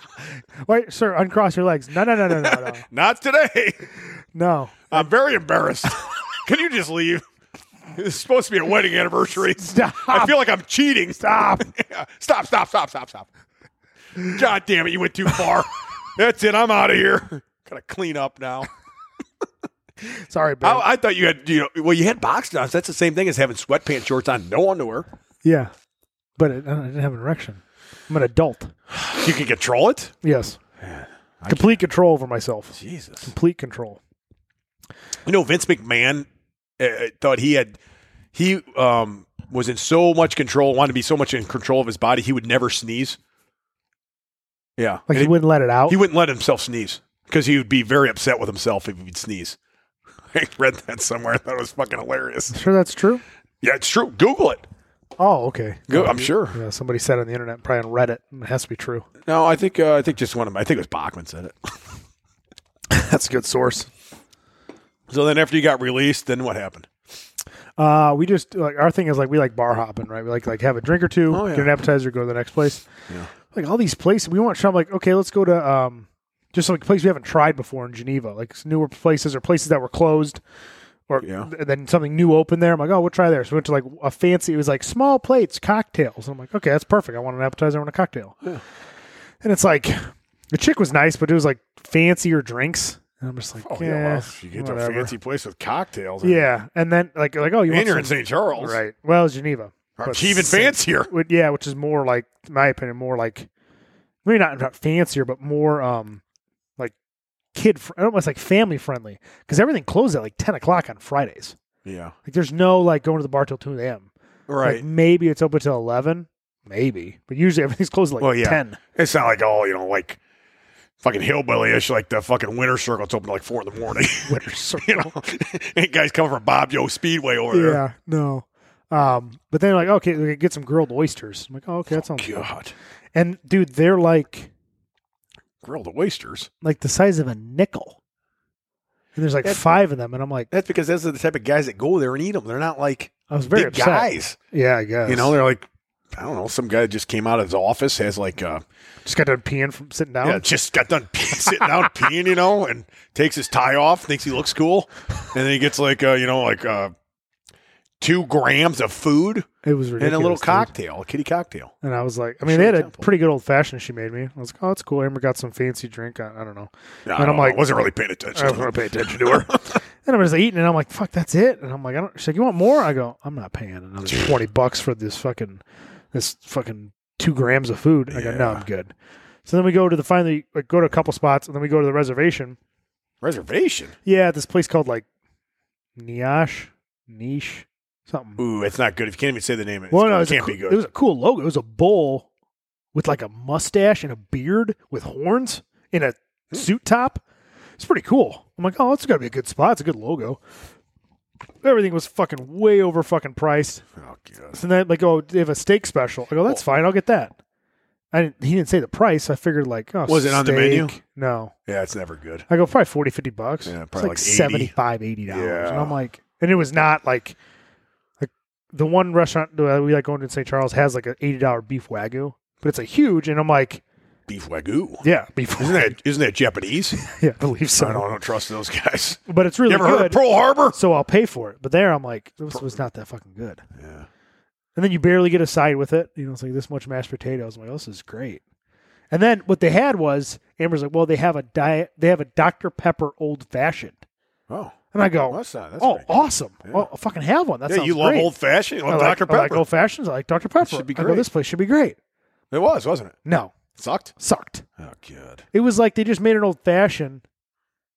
S2: Wait, sir, uncross your legs. No, no, no, no, no, no.
S5: not today.
S2: No.
S5: I'm very embarrassed. Can you just leave? It's supposed to be a wedding anniversary.
S2: Stop.
S5: I feel like I'm cheating. Stop. stop. Stop. Stop. Stop. Stop. God damn it! You went too far. That's it. I'm out of here. Gotta clean up now.
S2: Sorry, babe.
S5: I, I thought you had, you know, well, you had box knots. That's the same thing as having sweatpants, shorts on, no underwear.
S2: Yeah. But it, I didn't have an erection. I'm an adult.
S5: You can control it.
S2: Yes. Complete control over myself.
S5: Jesus.
S2: Complete control.
S5: You know, Vince McMahon uh, thought he had he um, was in so much control, wanted to be so much in control of his body, he would never sneeze. Yeah,
S2: Like
S5: And
S2: he
S5: he,
S2: wouldn't let it out.
S5: he wouldn't let himself sneeze because he would be very upset with himself if he'd sneeze. I read that somewhere. I thought it was fucking hilarious.
S2: sure that's true?
S5: Yeah, it's true. Google it.
S2: Oh, okay.
S5: Go, I'm sure.
S2: Yeah, somebody said on the internet, probably on Reddit. It has to be true.
S5: No, I think uh, I think just one of them. I think it was Bachman said it.
S4: That's a good source.
S5: So then after you got released, then what happened?
S2: Uh, we just like our thing is like we like bar hopping, right? We like like have a drink or two,
S5: Oh, yeah.
S2: get an appetizer, go to the next place. Like all these places, we want. So I'm like, okay, let's go to um, just like a place we haven't tried before in Geneva, like newer places or places that were closed, or
S5: Yeah.
S2: and then something new opened there. I'm like, oh, we'll try there. So we went to like a fancy. It was like small plates, cocktails. And I'm like, okay, that's perfect. I want an appetizer, I want a cocktail. And it's like the chick was nice, but it was like fancier drinks. And I'm just like,
S5: Oh
S2: eh,
S5: yeah, well, if you get to a
S2: whatever.
S5: fancy place with cocktails.
S2: Yeah, and then like like oh, you
S5: and
S2: want
S5: you're in
S2: some-
S5: St. Charles,
S2: Right. Well, it's Geneva.
S5: It's even fancier.
S2: Would- Yeah, which is more like, in my opinion, more like maybe not not fancier, but more um like kid. Fr- almost like family friendly because everything closes at like ten o'clock on Fridays.
S5: Yeah.
S2: Like, there's no like going to the bar till two a.m.
S5: Right.
S2: Like, maybe it's open till eleven, maybe, but usually everything's closed at like
S5: Well, yeah.
S2: ten.
S5: It's not like all you know, like fucking hillbilly-ish, like the fucking winter circle. It's open like four in the morning.
S2: Winter circle.
S5: you know, Ain't guys coming from Bob Joe Speedway over there.
S2: Yeah. No. Um, but then like okay, we could get some grilled oysters. I'm like, oh, okay, that sounds. good.
S5: God,
S2: And dude, they're like
S5: grilled oysters.
S2: like the size of a nickel. And there's like
S5: That's-
S2: five of them, and I'm like,
S5: That's because those are the type of guys that go there and eat them. They're not like
S2: I was very
S5: big
S2: upset.
S5: guys.
S2: Yeah, I guess.
S5: You know, they're like I don't know. Some guy just came out of his office has like uh,
S2: just got done peeing from sitting down.
S5: yeah, just got done peeing, sitting down peeing, you know, and takes his tie off, thinks he looks cool, and then he gets like uh, you know like uh, two grams of food
S2: it was ridiculous.
S5: and a little
S2: dude.
S5: cocktail, a kitty cocktail.
S2: And I was like, I mean,
S5: Shirley
S2: they had a
S5: Temple.
S2: pretty good old fashioned she made me. I was like, oh, that's cool. Amber got some fancy drink. I, I don't know.
S5: No,
S2: And I'm like-
S5: I wasn't really paying
S2: I
S5: attention.
S2: don't want to pay attention to her. and I'm just eating, and I'm like, fuck, that's it. And I'm like, I don't. She's like, you want more? I go, I'm not paying another twenty bucks for this fucking, this fucking two grams of food. I go, no,
S5: Yeah.
S2: I'm good. So then we go to the finally like go to a couple spots, and then we go to the reservation.
S5: Reservation?
S2: Yeah, at this place called like Niash, Niche, something.
S5: Ooh, it's not good. If you can't even say the name, it's
S2: well, no, it
S5: it
S2: was a
S5: can't
S2: coo-
S5: be good.
S2: It was a cool logo. It was a bull with like a mustache and a beard with horns in a
S5: Hmm.
S2: suit top. It's pretty cool. I'm like, oh, that's got to be a good spot. It's a good logo. Everything was fucking way over fucking priced.
S5: oh, God.
S2: So then, like, oh, they have a steak special. I go, that's fine. I'll get that. I didn't, he didn't say the price. I figured like, oh,
S5: Was it on the menu?
S2: steak. No.
S5: Yeah, it's never good.
S2: I go probably 40, 50 bucks.
S5: Yeah,
S2: It's
S5: probably
S2: like,
S5: like 80.
S2: 75, 80 dollars. And
S5: Yeah.
S2: I'm like, and it was not like, like the one restaurant that we like going to in St. Charles has like an eighty dollar beef wagyu, but it's a huge. And I'm like,
S5: Beef wagyu.
S2: yeah, beef.
S5: Isn't that isn't that Japanese?
S2: yeah, I believe so.
S5: I don't, I don't trust those guys.
S2: But it's
S5: You
S2: really
S5: ever heard of
S2: good.
S5: Pearl Harbor?
S2: so I'll pay for it. But there, I'm like, this was not that fucking good.
S5: Yeah.
S2: And then you barely get a side with it. You know, it's like this much mashed potatoes. I'm like, oh, this is great. And then what they had was Amber's like, well, they have a diet. They have a Dr Pepper Old Fashioned.
S5: Oh,
S2: And I go,
S5: well, that's not. That's
S2: oh,
S5: great.
S2: awesome! Oh, I'll fucking have one. That
S5: yeah,
S2: sounds
S5: you love
S2: great.
S5: old fashioned. You
S2: I
S5: love
S2: like,
S5: Dr
S2: I like
S5: Pepper.
S2: old fashions. I like Dr Pepper.
S5: should be
S2: I go,
S5: great.
S2: this place should be great.
S5: it was, wasn't it?
S2: No,
S5: Sucked.
S2: sucked.
S5: Oh god.
S2: It was like they just made an old fashioned,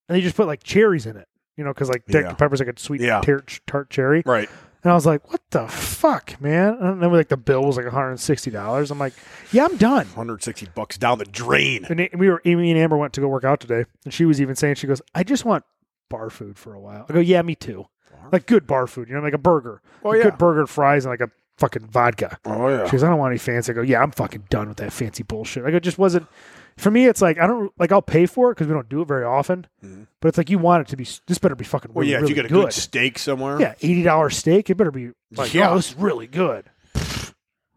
S2: and they just put like cherries in it. You know, because like Dr
S5: Yeah.
S2: Pepper's like a sweet
S5: Yeah.
S2: tar- tart cherry.
S5: Right.
S2: And I was like, what the fuck, man? And then like the bill was like $160. I'm like, yeah, I'm done.
S5: 160 bucks down the drain.
S2: And it- we were Amy and Amber went to go work out today, and she was even saying, she goes, I just want bar food for a while. I go, yeah, me too. Like good bar food, you know, like a burger,
S5: Oh,
S2: A
S5: yeah.
S2: good burger and fries, and like a fucking vodka.
S5: Oh
S2: She
S5: yeah.
S2: goes, I don't want any fancy. I go, yeah, I'm fucking done with that fancy bullshit. Like it just wasn't for me. It's like I don't like I'll pay for it because we don't do it very often,
S5: Mhm.
S2: but it's like you want it to be. This better be fucking.
S5: Well,
S2: really,
S5: yeah. If you
S2: really
S5: get a good steak somewhere,
S2: yeah, eighty dollar steak. It better be like,
S5: Yeah.
S2: oh, this is really good.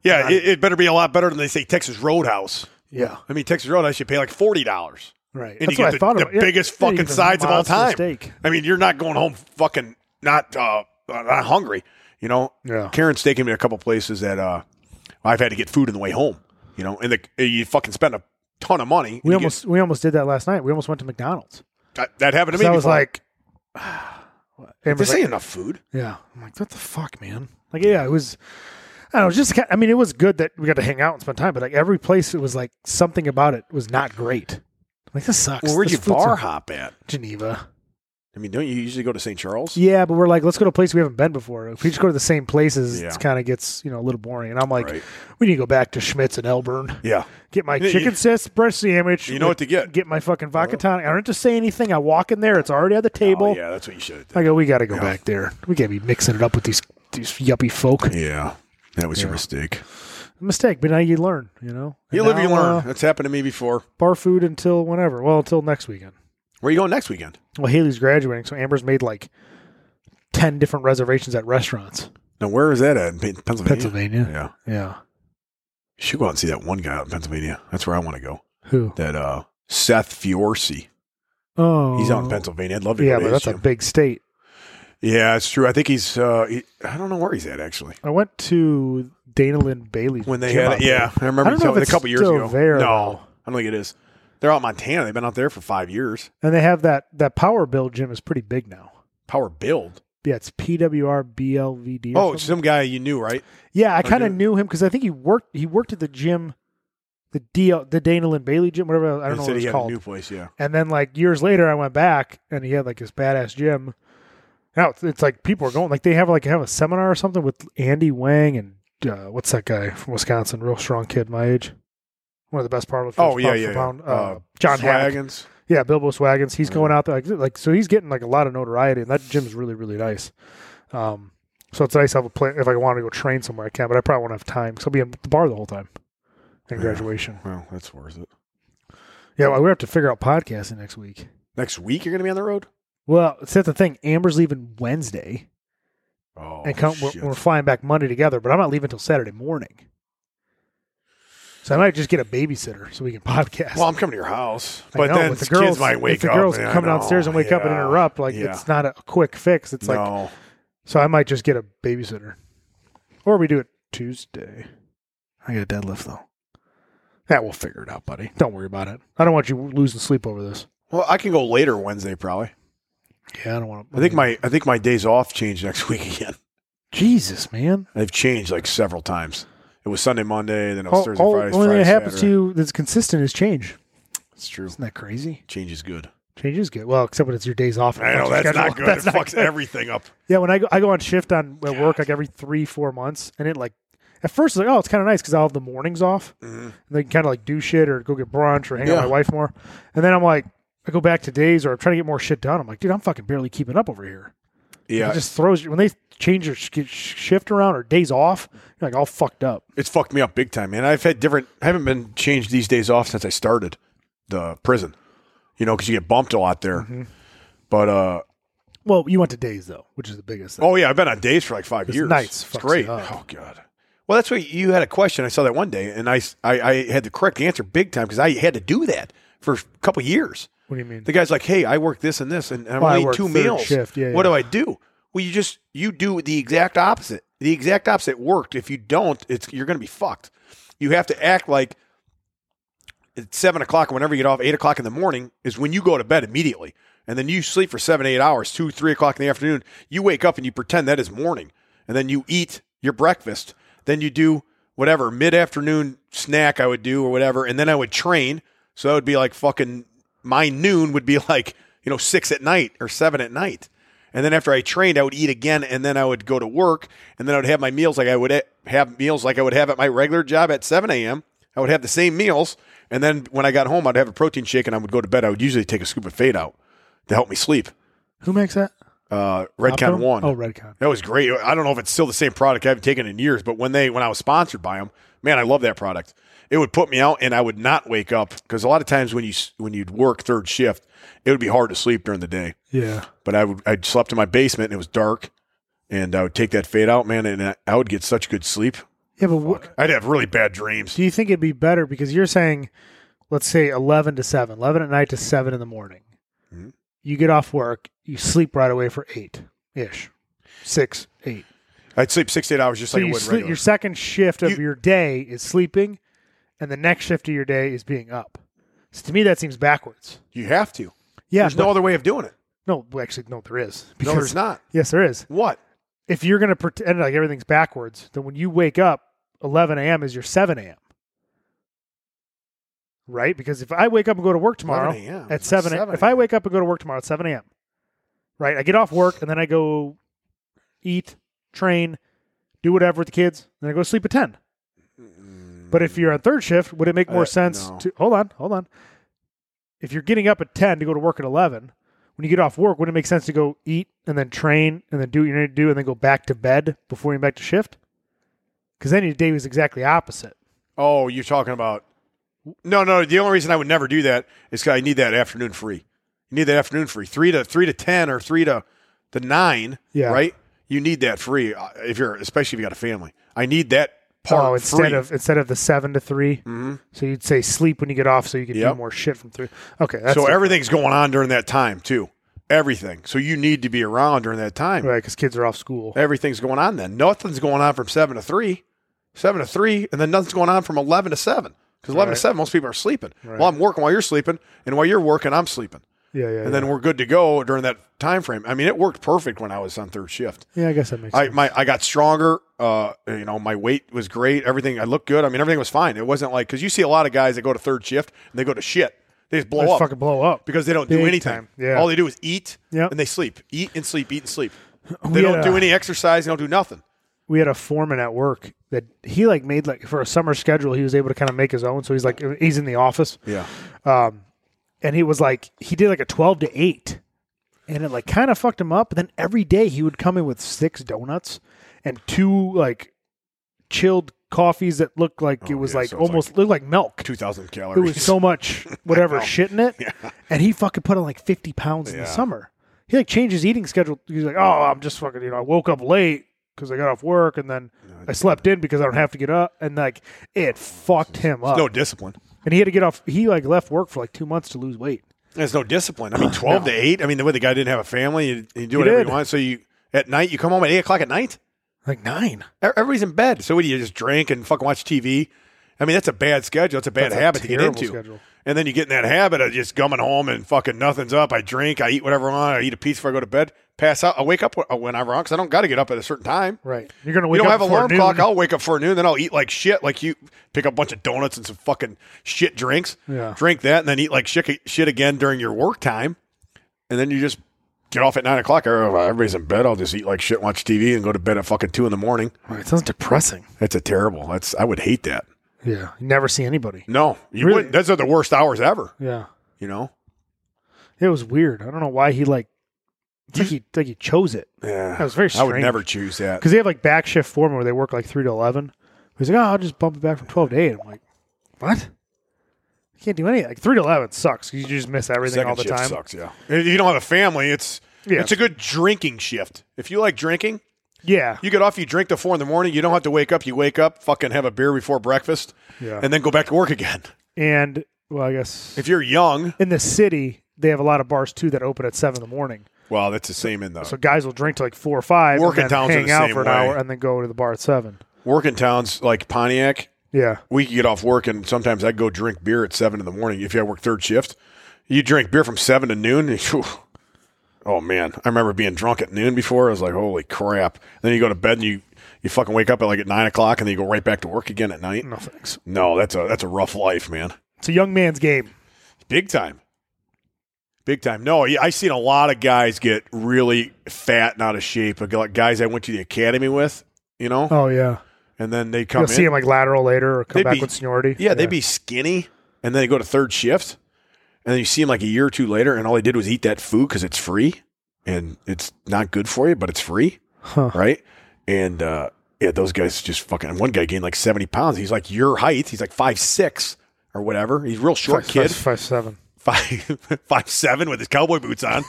S5: yeah, it, it better be a lot better than they say Texas Roadhouse.
S2: Yeah,
S5: I mean, Texas Roadhouse, you pay like forty dollars.
S2: right.
S5: And
S2: That's
S5: you
S2: what
S5: get
S2: I thought
S5: the-
S2: about.
S5: the biggest
S2: yeah, you
S5: fucking
S2: get the
S5: size of all
S2: monster
S5: time.
S2: Steak.
S5: I mean, you're not going home fucking not uh, not hungry. You know,
S2: Yeah.
S5: Karen's taken me to a couple places that uh, I've had to get food on the way home. You know, and the, eh, you fucking spend a ton of money. and
S2: We
S5: you
S2: almost we almost did that last night. We almost went to McDonald's.
S5: get, that, that happened to me.
S2: So I was
S5: before.
S2: like, Amber's
S5: this
S2: like,
S5: ain't enough food.
S2: yeah. I'm like, what the fuck, man? Like, yeah, it was. I don't know, just ki- I mean, it was good that we got to hang out and spend time, but like every place, it was like something about it was not great. I'm like, this sucks.
S5: Well, where'd
S2: This
S5: you
S2: food's
S5: bar
S2: not-
S5: hop at?
S2: Geneva.
S5: I mean, don't you usually go to St. Charles?
S2: Yeah, but we're like, let's go to a place we haven't been before. If we just go to the same places,
S5: Yeah.
S2: it kind of gets you know a little boring. And I'm like,
S5: Right.
S2: we need to go back to Schmitz and Elburn.
S5: Yeah.
S2: Get my
S5: You-
S2: chicken sets, breast sandwich.
S5: You know what to get. Uh-huh.
S2: Get my fucking vodka tonic. I don't have to say anything. I walk in there; it's already on the table.
S5: Oh, yeah, that's what you should have done.
S2: I go, we got to go back there. We can't be mixing it up with these these yuppie folk.
S5: Yeah. That was your mistake.
S2: Mistake, but now you learn, you know.
S5: You
S2: And
S5: live, you
S2: now,
S5: learn.
S2: uh,
S5: That's happened to me before.
S2: bar food until whenever. Well, until next weekend.
S5: Where are you going next weekend?
S2: Well, Haley's graduating, so Amber's made like ten different reservations at restaurants.
S5: Now, where is that at? In Pen- Pennsylvania?
S2: Pennsylvania.
S5: Yeah.
S2: Yeah.
S5: You should go out and see that one guy out in Pennsylvania. That's where I want to go.
S2: Who?
S5: That uh, Seth Fiorsi.
S2: Oh,
S5: He's out in Pennsylvania. I'd love to
S2: Yeah,
S5: go to
S2: but
S5: his
S2: that's a
S5: gym.
S2: big state.
S5: Yeah, it's true. I think he's, uh, he, I don't know where he's at actually.
S2: I went to Dana Lynn Bailey's
S5: When they
S2: gym
S5: had
S2: out
S5: it. Yeah, I remember
S2: I don't
S5: you
S2: know
S5: telling
S2: if
S5: me a
S2: it's
S5: couple years
S2: still
S5: ago.
S2: there,
S5: no, I don't think it is. They're out in Montana. They've been out there for five years.
S2: there. and they have that that Power Build gym is pretty big now.
S5: Power Build.
S2: Yeah, it's PWRBLVD. or
S5: Oh,
S2: something.
S5: some guy you knew, right?
S2: Yeah, I
S5: Okay.
S2: kind of knew him because I think he worked. He worked at the gym, the deal, the Dana Lynn Bailey gym, whatever. I don't
S5: They
S2: know
S5: said
S2: what
S5: he
S2: it's
S5: had
S2: called.
S5: a new place. Yeah.
S2: and then like years later, I went back and he had like his badass gym. Now it's, it's like people are going like they have like have a seminar or something with Andy Wang and uh, what's that guy from Wisconsin, real strong kid my age, one of the best powerlifters.
S5: Oh yeah,
S2: pound for pound,
S5: yeah. yeah.
S2: Uh, John Hack.
S5: Wagons.
S2: Yeah, Bilbo Swaggins. He's
S5: Yeah.
S2: going out there like, like so he's getting like a lot of notoriety and that gym's really, really nice. Um so it's nice to have a plan if I want to go train somewhere I can, but I probably won't have time because I'll be at the bar the whole time. And
S5: Yeah.
S2: graduation.
S5: Well, that's worth it.
S2: Yeah, well, we have to figure out podcasting next week.
S5: Next week you're gonna be on the road.
S2: Well, that's the thing. Amber's leaving Wednesday,
S5: Oh,
S2: and come, we're,
S5: shit.
S2: we're flying back Monday together. But I'm not leaving till Saturday morning, so I might just get a babysitter so we can podcast.
S5: well, I'm coming to your house,
S2: I
S5: but
S2: know,
S5: then
S2: with the
S5: kids
S2: girls
S5: might
S2: if
S5: wake
S2: the
S5: up.
S2: girls
S5: man,
S2: come
S5: I know.
S2: downstairs and wake up and
S5: Yeah.
S2: interrupt. Like
S5: Yeah.
S2: it's not a quick fix. It's like
S5: no.
S2: So I might just get a babysitter. Or we do it Tuesday. I got a deadlift though. That we'll figure it out, buddy. Don't worry about it. I don't want you losing sleep over this.
S5: Well, I can go later Wednesday probably.
S2: Yeah, I don't want to.
S5: I think my I think my days off change next week again.
S2: Jesus, man.
S5: They've changed like several times. It was Sunday, Monday, then it was
S2: All,
S5: Thursday,
S2: all, only
S5: Friday.
S2: thing
S5: Friday,
S2: that happens
S5: Saturday.
S2: to you that's consistent is change.
S5: It's true.
S2: Isn't that crazy?
S5: Change is good.
S2: Change is good. Well, except when it's your days off. and
S5: I
S2: it
S5: know
S2: fucks your
S5: that's not
S2: schedule
S5: good.
S2: up. That's
S5: it
S2: not
S5: fucks
S2: good.
S5: everything up.
S2: Yeah, when I go, I go on shift on at work like every three, four months, and it like at first it's like, oh, it's kind of nice because I'll have the mornings off, and they can kind of like do shit or go get brunch or hang out with
S5: Mm-hmm. Yeah.
S2: my wife more. And then I'm like, I go back to days or I'm trying to get more shit done. I'm like, dude, I'm fucking barely keeping up over here.
S5: Yeah,
S2: It just throws you when they change your sh- shift around or days off. You're like all fucked up.
S5: it's fucked me up big time, man. I've had different. I haven't been changed these days off since I started the prison. You know, because you get bumped a lot there.
S2: Mm-hmm.
S5: But uh,
S2: Well, you went to days though, which is the biggest. thing.
S5: oh yeah, I've been on days for like five
S2: It's
S5: years.
S2: nights
S5: It's
S2: fucks
S5: great.
S2: it up.
S5: Oh god. Well, that's why you had a question. I saw that one day, and I s- I, I had the correct answer big time because I had to do that for a couple years.
S2: What do you mean?
S5: The guy's like, "Hey, I work this and this, and I'm
S2: Oh, I
S5: only
S2: work
S5: two
S2: third
S5: meals.
S2: shift. Yeah,
S5: what
S2: yeah.
S5: do I do? Well, you just you do the exact opposite. The exact opposite worked. If you don't, it's you're going to be fucked. You have to act like at seven o'clock, whenever you get off, eight o'clock in the morning is when you go to bed immediately, and then you sleep for seven, eight hours, two, three o'clock in the afternoon. You wake up and you pretend that is morning, and then you eat your breakfast. Then you do whatever mid afternoon snack I would do or whatever, and then I would train. So that would be like fucking my noon would be like you know six at night or seven at night. And then after I trained, I would eat again, and then I would go to work, and then I would have my meals like I would have meals like I would have at my regular job at 7 a.m. I would have the same meals, and then when I got home, I'd have a protein shake, and I would go to bed. I would usually take a scoop of Fade Out to help me sleep.
S2: Who makes that?
S5: Uh, Red Count
S2: Optimum?
S5: One.
S2: Oh, Redcon.
S5: That was great. I don't know if it's still the same product I haven't taken in years, but when they when I was sponsored by them, man, I love that product. It would put me out, and I would not wake up because a lot of times when you s- when you'd work third shift, it would be hard to sleep during the day.
S2: Yeah.
S5: But I would I slept in my basement. and It was dark, and I would take that fade out, man, and I- I would get such good sleep.
S2: Yeah, but what,
S5: I'd have really bad dreams.
S2: do you think it'd be better because you're saying let's say 11 to 7 11 at night to 7 in the morning
S5: Mhm.
S2: you get off work you sleep right away for 8 ish 6 8
S5: I'd sleep six to eight hours just
S2: so
S5: like I
S2: you
S5: would
S2: sleep-
S5: regular.
S2: your second shift of
S5: You-
S2: your day is sleeping and the next shift of your day is being up so to me that seems backwards
S5: You have to.
S2: yeah
S5: There's no other way of doing it.
S2: no well, actually no there is
S5: No,
S2: because
S5: there's not.
S2: yes there is
S5: What?
S2: if you're going to pretend like everything's backwards then when you wake up 11 a.m is your 7 a.m right because if i wake up and go to work tomorrow
S5: 11 a.m.
S2: at 7 a.m. If I wake up and go to work tomorrow at 7 a.m., right? I get off work and then I go eat, train, do whatever with the kids, then I go sleep at 10. But if you're on third shift, would it make more
S5: Uh,
S2: sense
S5: no.
S2: to hold on, hold on? If you're getting up at 10 to go to work at 11, when you get off work, would it make sense to go eat and then train and then do what you need to do and then go back to bed before you're back to shift? Because then your day was exactly opposite.
S5: Oh, you're talking about. No, no. The only reason I would never do that is because I need that afternoon free. You need that afternoon free. Three to three to ten or three to the nine.
S2: Yeah.
S5: Right. You need that free uh, if you're, especially if you got a family. I need that part
S2: Oh, instead
S5: free. Mm-hmm.
S2: of instead of the seven to 3 so you'd say sleep when you get off, so you can do
S5: Yep.
S2: more shit from three. Okay, that's
S5: so
S2: it.
S5: everything's going on during that time too. Everything. So you need to be around during that time.
S2: right because kids are off school.
S5: Everything's going on then. Nothing's going on from seven to three, seven to three, and then nothing's going on from eleven to seven. Because eleven to seven, most people are sleeping. Well, I'm working while you're sleeping, and while you're working, I'm sleeping.
S2: Yeah, yeah,
S5: and then we're good to go during that time frame. I mean, it worked perfect when I was on third shift.
S2: yeah. yeah. I guess that makes
S5: I
S2: sense.
S5: my I got stronger. Uh, you know, my weight was great. Everything I looked good. I mean, everything was fine. It wasn't like because you see a lot of guys that go to third shift and they go to shit. They just blow
S2: Let's
S5: up
S2: fucking blow up.
S5: because they don't do
S2: Big
S5: anything.
S2: time. Yeah.
S5: All they do is eat
S2: Yep. Oh,
S5: and they sleep. Eat and sleep. Eat and sleep.
S2: We
S5: They don't
S2: had
S5: do
S2: a-
S5: any exercise. They don't do nothing.
S2: We had a foreman at work that he like made like for a summer schedule. He was able to kind of make his own. So he's like he's in the office.
S5: Yeah.
S2: and he was like he did like a 12 to 8 and it like kind of fucked him up but then every day he would come in with six donuts and two like chilled coffees that looked like it was
S5: yeah,
S2: like
S5: so it's
S2: almost looked like milk
S5: Two thousand
S2: it
S5: calories.
S2: was so much whatever shit in it and he fucking put on like 50 pounds in the
S5: Yeah.
S2: summer he like changed his eating schedule he's like oh i'm just fucking you know i woke up late because i got off work and then i slept in because i don't have to get up and like it fucked him up
S5: no discipline.
S2: and he had to get off he like left work for like two months to lose weight
S5: There's no discipline. I mean, twelve to eight. I mean, the way the guy didn't have a family, you, you do
S2: He
S5: whatever
S2: did.
S5: you want. So you at night, you come home at eight o'clock at night.
S2: like nine
S5: E- Everybody's in bed. So what do you just drink and fucking watch TV? I mean, that's a bad schedule. That's a bad
S2: That's a
S5: habit to get
S2: terrible
S5: into.
S2: schedule.
S5: And then you get in that habit of just coming home and fucking nothing's up. I drink, I eat whatever I want, I eat a pizza before I go to bed, pass out. I wake up wh- whenever I want because I don't got to get up at a certain time.
S2: Right. You're gonna
S5: We
S2: wake
S5: don't
S2: up
S5: have
S2: before
S5: alarm
S2: noon.
S5: clock. I'll wake up for noon, then I'll eat like shit. Like you pick up a bunch of donuts and some fucking shit drinks.
S2: Yeah.
S5: Drink that and then eat like shit, shit again during your work time. And then you just get off at nine o'clock. Everybody's in bed. I'll just eat like shit, watch TV, and go to bed at fucking two in the morning.
S2: Right. It sounds depressing.
S5: That's a terrible. That's I would hate that.
S2: Yeah. You never see anybody.
S5: No, you
S2: Really?
S5: wouldn't. Those are the worst hours ever.
S2: Yeah.
S5: You know.
S2: It was weird. I don't know why he like. It's like he like he chose it
S5: Yeah,
S2: That was very
S5: I would
S2: strange.
S5: never choose that.
S2: because they have like back shift foreman where they work like three to eleven. He's like, oh, I'll just bump it back from twelve to eight. I'm like, what? You can't do any like three to eleven sucks 'cause you just miss everything
S5: Second
S2: all the
S5: shift
S2: time.
S5: sucks. Yeah. If you don't have a family, it's
S2: Yeah.
S5: it's a good drinking shift. If you like drinking,
S2: Yeah.
S5: you get off. You drink till four in the morning. You don't have to wake up. You wake up, fucking have a beer before breakfast,
S2: Yeah.
S5: and then go back to work again.
S2: And well, I guess
S5: If you're young,
S2: in the city they have a lot of bars too that open at seven in the morning.
S5: Well, that's the same in the
S2: So guys will drink to like four or five,
S5: Working
S2: and then
S5: towns are
S2: hang
S5: the
S2: out
S5: same
S2: for an
S5: way.
S2: hour, and then go to the bar at seven.
S5: working towns like Pontiac.
S2: Yeah,
S5: We could get off work, and sometimes I'd go drink beer at seven in the morning. If I work third shift, you drink beer from seven to noon. and phew. oh man, I remember being drunk at noon before. I was like, holy crap. Then you go to bed and you you fucking wake up at like at nine o'clock, and then you go right back to work again at night.
S2: no thanks.
S5: No, that's a that's a rough life, man.
S2: It's a young man's game.
S5: Big time. Big time. No, yeah, I've seen a lot of guys get really fat and out of shape. Like guys I went to the academy with, you know,
S2: Oh yeah,
S5: and then they come
S2: you'll
S5: in.
S2: see him like lateral later or come
S5: They'd
S2: back
S5: be-
S2: with seniority.
S5: yeah, they'd be skinny, and then they go to third shift, and then you see them like a year or two later, and all they did was eat that food because it's free, and it's not good for you, but it's free,
S2: Huh.
S5: right? And uh, yeah, those guys just fucking. One guy gained like seventy pounds. He's like your height. He's like five six or whatever. He's a real short
S2: five,
S5: kid.
S2: five, five seven.
S5: five five seven with his cowboy boots on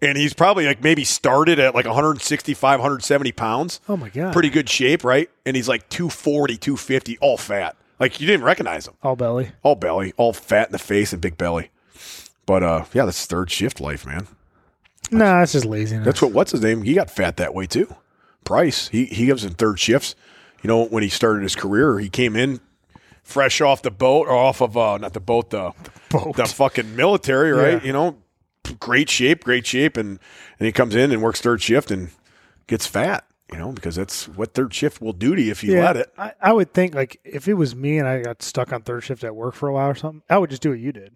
S5: and he's probably like maybe started at like 165 170 pounds
S2: Oh my god,
S5: pretty good shape right and he's like 240 250 all fat like you didn't recognize him
S2: all belly.
S5: all belly all fat in the face and big belly but uh yeah that's third shift life man
S2: Nah, it's just laziness.
S5: that's what what's his name he got fat that way too price he he gives in third shifts you know when he started his career he came in fresh off the boat or off of uh not the boat the
S2: Boat.
S5: the fucking military, right?
S2: Yeah.
S5: You know, great shape, great shape, and and he comes in and works third shift and gets fat, you know, because that's what third shift will do to you if you let it.
S2: I, I would think like if it was me and I got stuck on third shift at work for a while or something, I would just do what you did.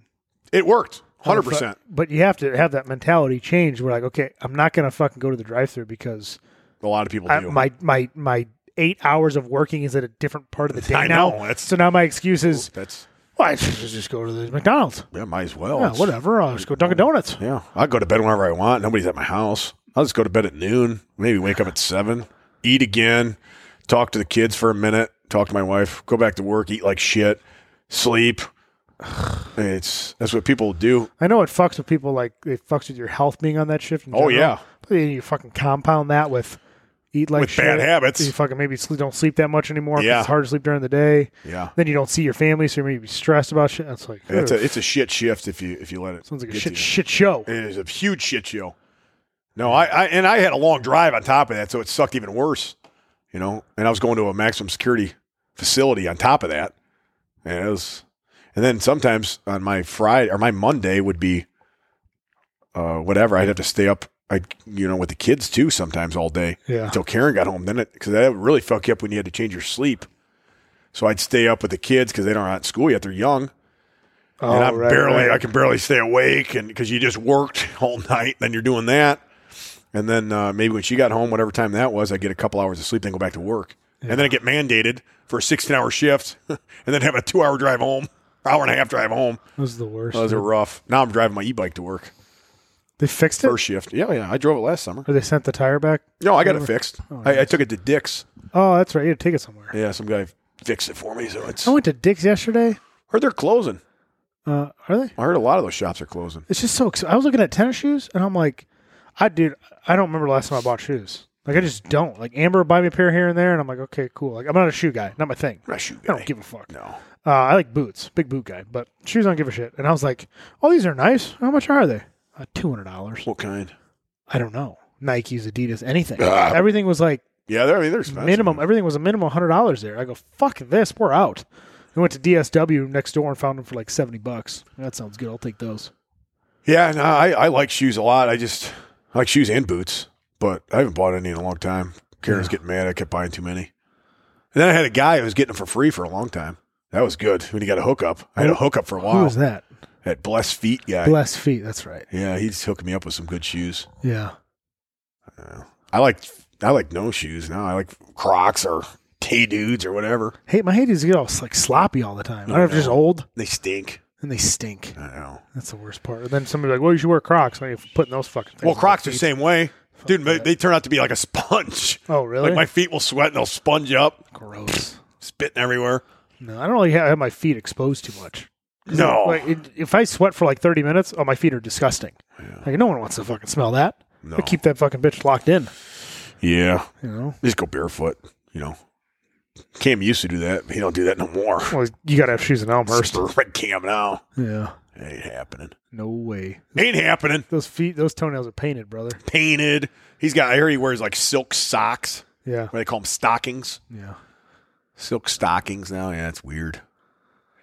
S5: It worked, hundred percent.
S2: But you have to have that mentality change. We're like, okay, I'm not gonna fucking go to the drive-through because
S5: A lot of people
S2: I,
S5: do.
S2: my my my eight hours of working is at a different part of the day
S5: I
S2: now.
S5: know, that's-
S2: so now my excuse is,
S5: that's
S2: well, I should just go to the McDonald's.
S5: yeah, might as well.
S2: Yeah,
S5: It's-
S2: whatever. I'll just go Dunkin' Donuts.
S5: Yeah, I go to bed whenever I want. Nobody's at my house. I'll just go to bed at noon. Maybe wake up at seven, eat again, talk to the kids for a minute, talk to my wife, go back to work, eat like shit, sleep. It's that's what people do.
S2: I know it fucks with people like it fucks with your health being on that shift. in
S5: Oh,
S2: general.
S5: yeah.
S2: But then you fucking compound that with eat like
S5: With
S2: shit.
S5: bad habits.
S2: You fucking maybe sleep, don't sleep that much anymore. 'cause
S5: Yeah.
S2: it's hard to sleep during the day.
S5: Yeah.
S2: Then you don't see your family, so you may be stressed about shit. That's like
S5: It's a
S2: ugh,
S5: it's a shit shift if you if you let it.
S2: sounds like a
S5: get
S2: shit
S5: to you.
S2: shit show.
S5: It is a huge shit show. No, I, I and I had a long drive on top of that, so it sucked even worse. You know, and I was going to a maximum security facility on top of that, and it was. And then sometimes on my Friday or my Monday would be, uh, whatever. I'd have to stay up. I you know with the kids too sometimes all day
S2: Yeah.
S5: until Karen got home. Then it because that would really fuck you up when you had to change your sleep. So I'd stay up with the kids because they don't at school yet; they're young
S2: Oh,
S5: and I'm
S2: right,
S5: barely
S2: right.
S5: I can barely stay awake and because you just worked all night then you're doing that and then uh, maybe when she got home whatever time that was I get a couple hours of sleep then go back to work and then I get mandated for a 16 hour shift and then have a two hour drive home hour and a half drive home
S2: That was the worst.
S5: those are rough now I'm driving my e bike to work
S2: they fixed it,
S5: first shift yeah yeah I drove it last summer Oh.
S2: or they sent the tire back.
S5: no I got it fixed I, I took it to Dick's
S2: Oh, that's right. You had to take it somewhere.
S5: yeah some guy fixed it for me so it's
S2: I went to Dick's yesterday.
S5: heard they're closing
S2: Uh, are they?
S5: I heard a lot of those shops are closing
S2: It's just so. Ex- I was looking at tennis shoes, and I'm like, I dude, I don't remember the last time I bought shoes. Like I just don't. Like Amber would buy me a pair here and there, and I'm like, okay, cool. Like I'm not a shoe guy, not my thing.
S5: I'm not a shoe
S2: I
S5: guy.
S2: don't give a fuck.
S5: no
S2: Uh, I like boots, big boot guy, but shoes I don't give a shit. And I was like, oh, these are nice. How much are they? Uh, Two hundred dollars.
S5: what kind
S2: I don't know. Nikes, Adidas, anything.
S5: Ah.
S2: Everything was like
S5: yeah they're, I mean they're expensive.
S2: minimum. Everything was a minimum hundred dollars there. I go, fuck this, we're out. I went to DSW next door and found them for like seventy bucks. That sounds good. I'll take those.
S5: Yeah, no, I, I like shoes a lot. I just I like shoes and boots, but I haven't bought any in a long time. Karen's getting mad. I kept buying too many. And then I had a guy who was getting them for free for a long time. That was good when he got a hookup. I had a hookup for a
S2: Who
S5: while.
S2: was that?
S5: That Blessed Feet guy.
S2: Blessed feet. That's right.
S5: yeah, he's hooking me up with some good shoes.
S2: Yeah.
S5: I like I like no shoes now. I like Crocs or Tay Dudes or whatever.
S2: Hey, my Hades get all like sloppy all the time. I don't know if they're just old
S5: They stink.
S2: and they stink.
S5: I know.
S2: That's the worst part. And then somebody's like, "Well, you should wear Crocs." Like putting those fucking things.
S5: Well,
S2: on
S5: Crocs
S2: your
S5: are the
S2: feet.
S5: same way. Dude, they- they turn out to be like a sponge.
S2: Oh, really?
S5: Like my feet will sweat and they'll sponge up,
S2: Gross.
S5: spitting everywhere.
S2: No, I don't really ha- have my feet exposed too much.
S5: No.
S2: Like, it, if I sweat for like thirty minutes, oh, my feet are disgusting. Like no one wants to fucking smell that.
S5: No.
S2: I keep that fucking bitch locked in.
S5: Yeah.
S2: You know.
S5: Just go barefoot, you know. Cam used to do that, but he don't do that no more.
S2: Well, you gotta have shoes in Elmhurst.
S5: Red Cam now.
S2: Yeah.
S5: That ain't happening.
S2: No way.
S5: Ain't happening.
S2: Those feet, those toenails are painted, brother.
S5: Painted. He's got. I hear he wears like silk socks.
S2: Yeah.
S5: What they call them stockings.
S2: Yeah.
S5: Silk stockings now. Yeah, it's weird.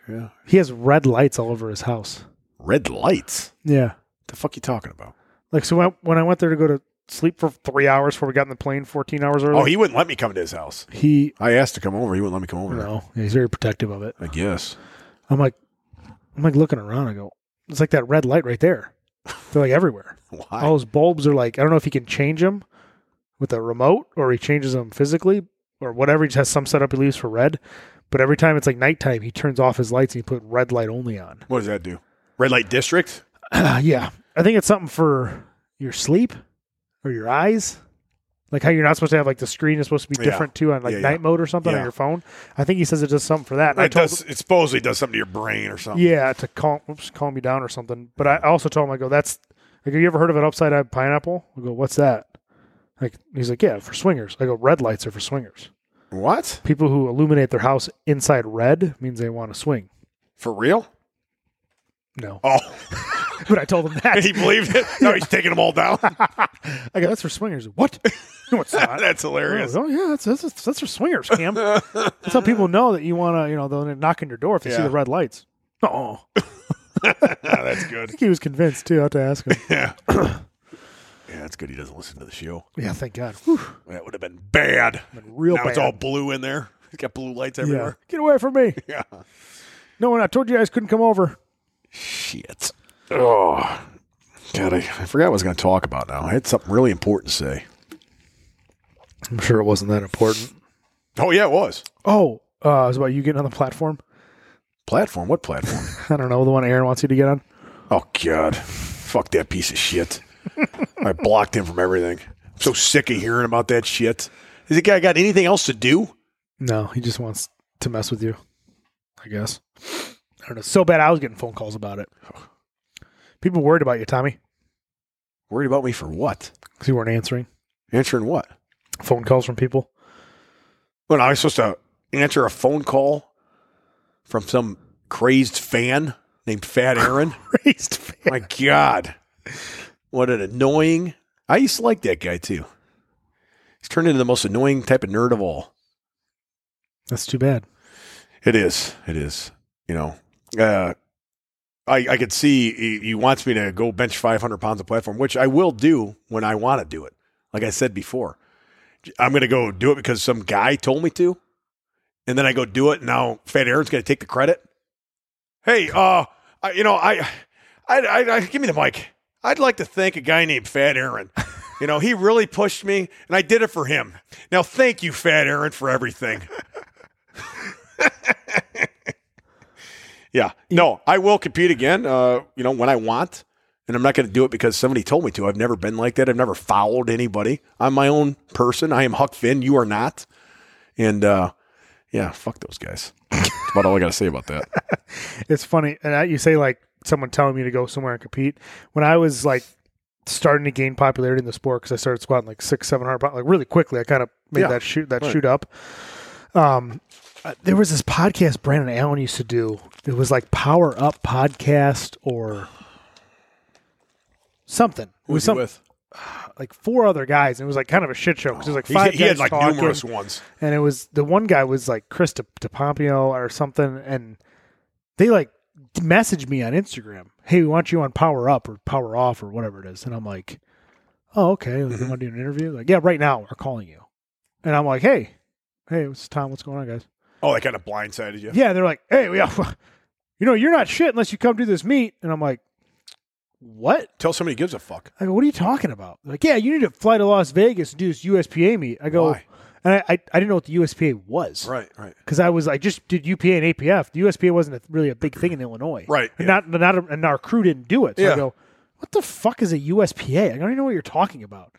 S5: Yeah.
S2: He has red lights all over his house.
S5: Red lights.
S2: Yeah.
S5: The fuck you talking about?
S2: Like, so when, when I went there to go to sleep for three hours before we got in the plane 14 hours early,
S5: Oh, he wouldn't let me come to his house.
S2: he,
S5: I asked to come over. He wouldn't let me come over.
S2: no, yeah, he's very protective of it.
S5: I guess.
S2: I'm like, I'm like looking around. I go, it's like that red light right there. They're like everywhere.
S5: Why?
S2: All those bulbs are like, I don't know if he can change them with a remote or he changes them physically or whatever. He just has some setup he leaves for red. But every time it's like nighttime, he turns off his lights and he put red light only on.
S5: What does that do? Red light district?
S2: yeah. I think it's something for your sleep or your eyes. Like how you're not supposed to have like the screen is supposed to be
S5: Yeah.
S2: different too on like
S5: Yeah, yeah.
S2: night mode or something
S5: Yeah.
S2: on your phone. I think he says it does something for that. And I
S5: It,
S2: told
S5: does, it supposedly does something to your brain or something.
S2: Yeah, to calm, oops, calm me down or something. But I also told him, I go, that's, I go, you ever heard of an upside down pineapple? I go, what's that? Like, he's like, yeah, for swingers. I go, red lights are for swingers.
S5: What?
S2: People who illuminate their house inside red means they want to swing.
S5: For real?
S2: No,
S5: Oh,
S2: but I told him that.
S5: he believed it. No, he's taking them all down.
S2: I go, that's for swingers. What? No, it's not.
S5: That's
S2: I
S5: hilarious.
S2: go, oh yeah, that's, that's that's for swingers, Cam. that's how people know that you want to, you know, they'll knock on your door if they see
S5: Yeah.
S2: the red lights. Oh, I
S5: That's good.
S2: think he was convinced too. I have to ask him.
S5: Yeah. Yeah, that's good. He doesn't listen to the show.
S2: yeah, thank God. Whew,
S5: That would have been bad.
S2: real
S5: now it's
S2: bad.
S5: all blue in there. It's got blue lights
S2: Yeah.
S5: everywhere.
S2: Get away from me.
S5: Yeah.
S2: No, and I told you guys couldn't come over.
S5: Shit. Oh, God, I, I forgot what I was going to talk about now. I had something really important to say.
S2: I'm sure it wasn't that important.
S5: Oh, yeah, it was.
S2: Oh, uh, it was about you getting on the platform.
S5: Platform? What platform?
S2: I don't know the one Aaron wants you to get on.
S5: Oh God, fuck that piece of shit! I blocked him from everything. I'm so sick of hearing about that shit. Has the guy got anything else to do?
S2: No, he just wants to mess with you. I guess. I don't know. So bad, I was getting phone calls about it. People worried about you, Tommy,
S5: Worried about me for what?
S2: because you weren't answering
S5: Answering what?
S2: phone calls from people.
S5: When I was supposed to answer a phone call from some crazed fan named Fat Aaron.
S2: Raised fan.
S5: My God, what an annoying! I used to like that guy too. He's turned into the most annoying type of nerd of all.
S2: That's too bad.
S5: It is. It is. You know, uh, I I could see he, he wants me to go bench 500 pounds of platform, which I will do when I want to do it. Like I said before, I'm going to go do it because some guy told me to, and then I go do it. And now Fat Aaron's going to take the credit. Hey, uh, I, you know, I, I, I, I, give me the mic. I'd like to thank a guy named Fat Aaron. You know, he really pushed me, and I did it for him. Now, thank you, Fat Aaron, for everything. Yeah. No, I will compete again, uh, you know, when I want. And I'm not going to do it because somebody told me to. I've never been like that. I've never followed anybody. I'm my own person. I am Huck Finn. You are not. And uh, yeah, fuck those guys. That's about all I got to say about that.
S2: It's funny, and I, you say like someone telling me to go somewhere and compete. When I was like starting to gain popularity in the sport, because I started squatting like six, seven hundred pounds, like really quickly, I kind of made
S5: Yeah,
S2: that shoot that
S5: right.
S2: shoot up. Um, uh, there was this podcast Brandon Allen used to do. It was like Power Up Podcast or something. It was some,
S5: with?
S2: like four other guys, and it was like kind of a shit show because it was like
S5: He,
S2: five
S5: he had
S2: guys
S5: like
S2: talking
S5: numerous ones.
S2: and it was the one guy was like Chris De- DePompio or something, and they like messaged me on Instagram, "Hey, we want you on Power Up or Power Off or whatever it is," and I'm like, "Oh, okay, like, you want to do an interview?" Like, yeah, right now we're calling you, and I'm like, "Hey, hey, it's Tom. What's going on, guys?"
S5: Oh, that kind of blindsided you.
S2: Yeah, they're like, "Hey, we, you know, you're not shit unless you come do this meet," and I'm like, "What?"
S5: Tell somebody who gives a fuck.
S2: I go, "What are you talking about?" They're like, yeah, you need to fly to Las Vegas and do this USPA meet. I go.
S5: Why?
S2: And I, I, I didn't know what the USPA was
S5: Right, right.
S2: because I was I just did UPA and APF. The USPA wasn't a, really a big thing in Illinois,
S5: Right,
S2: And
S5: yeah.
S2: Not not a, and our crew didn't do it. So
S5: Yeah.
S2: I go, what the fuck is a USPA? I don't even know what you're talking about.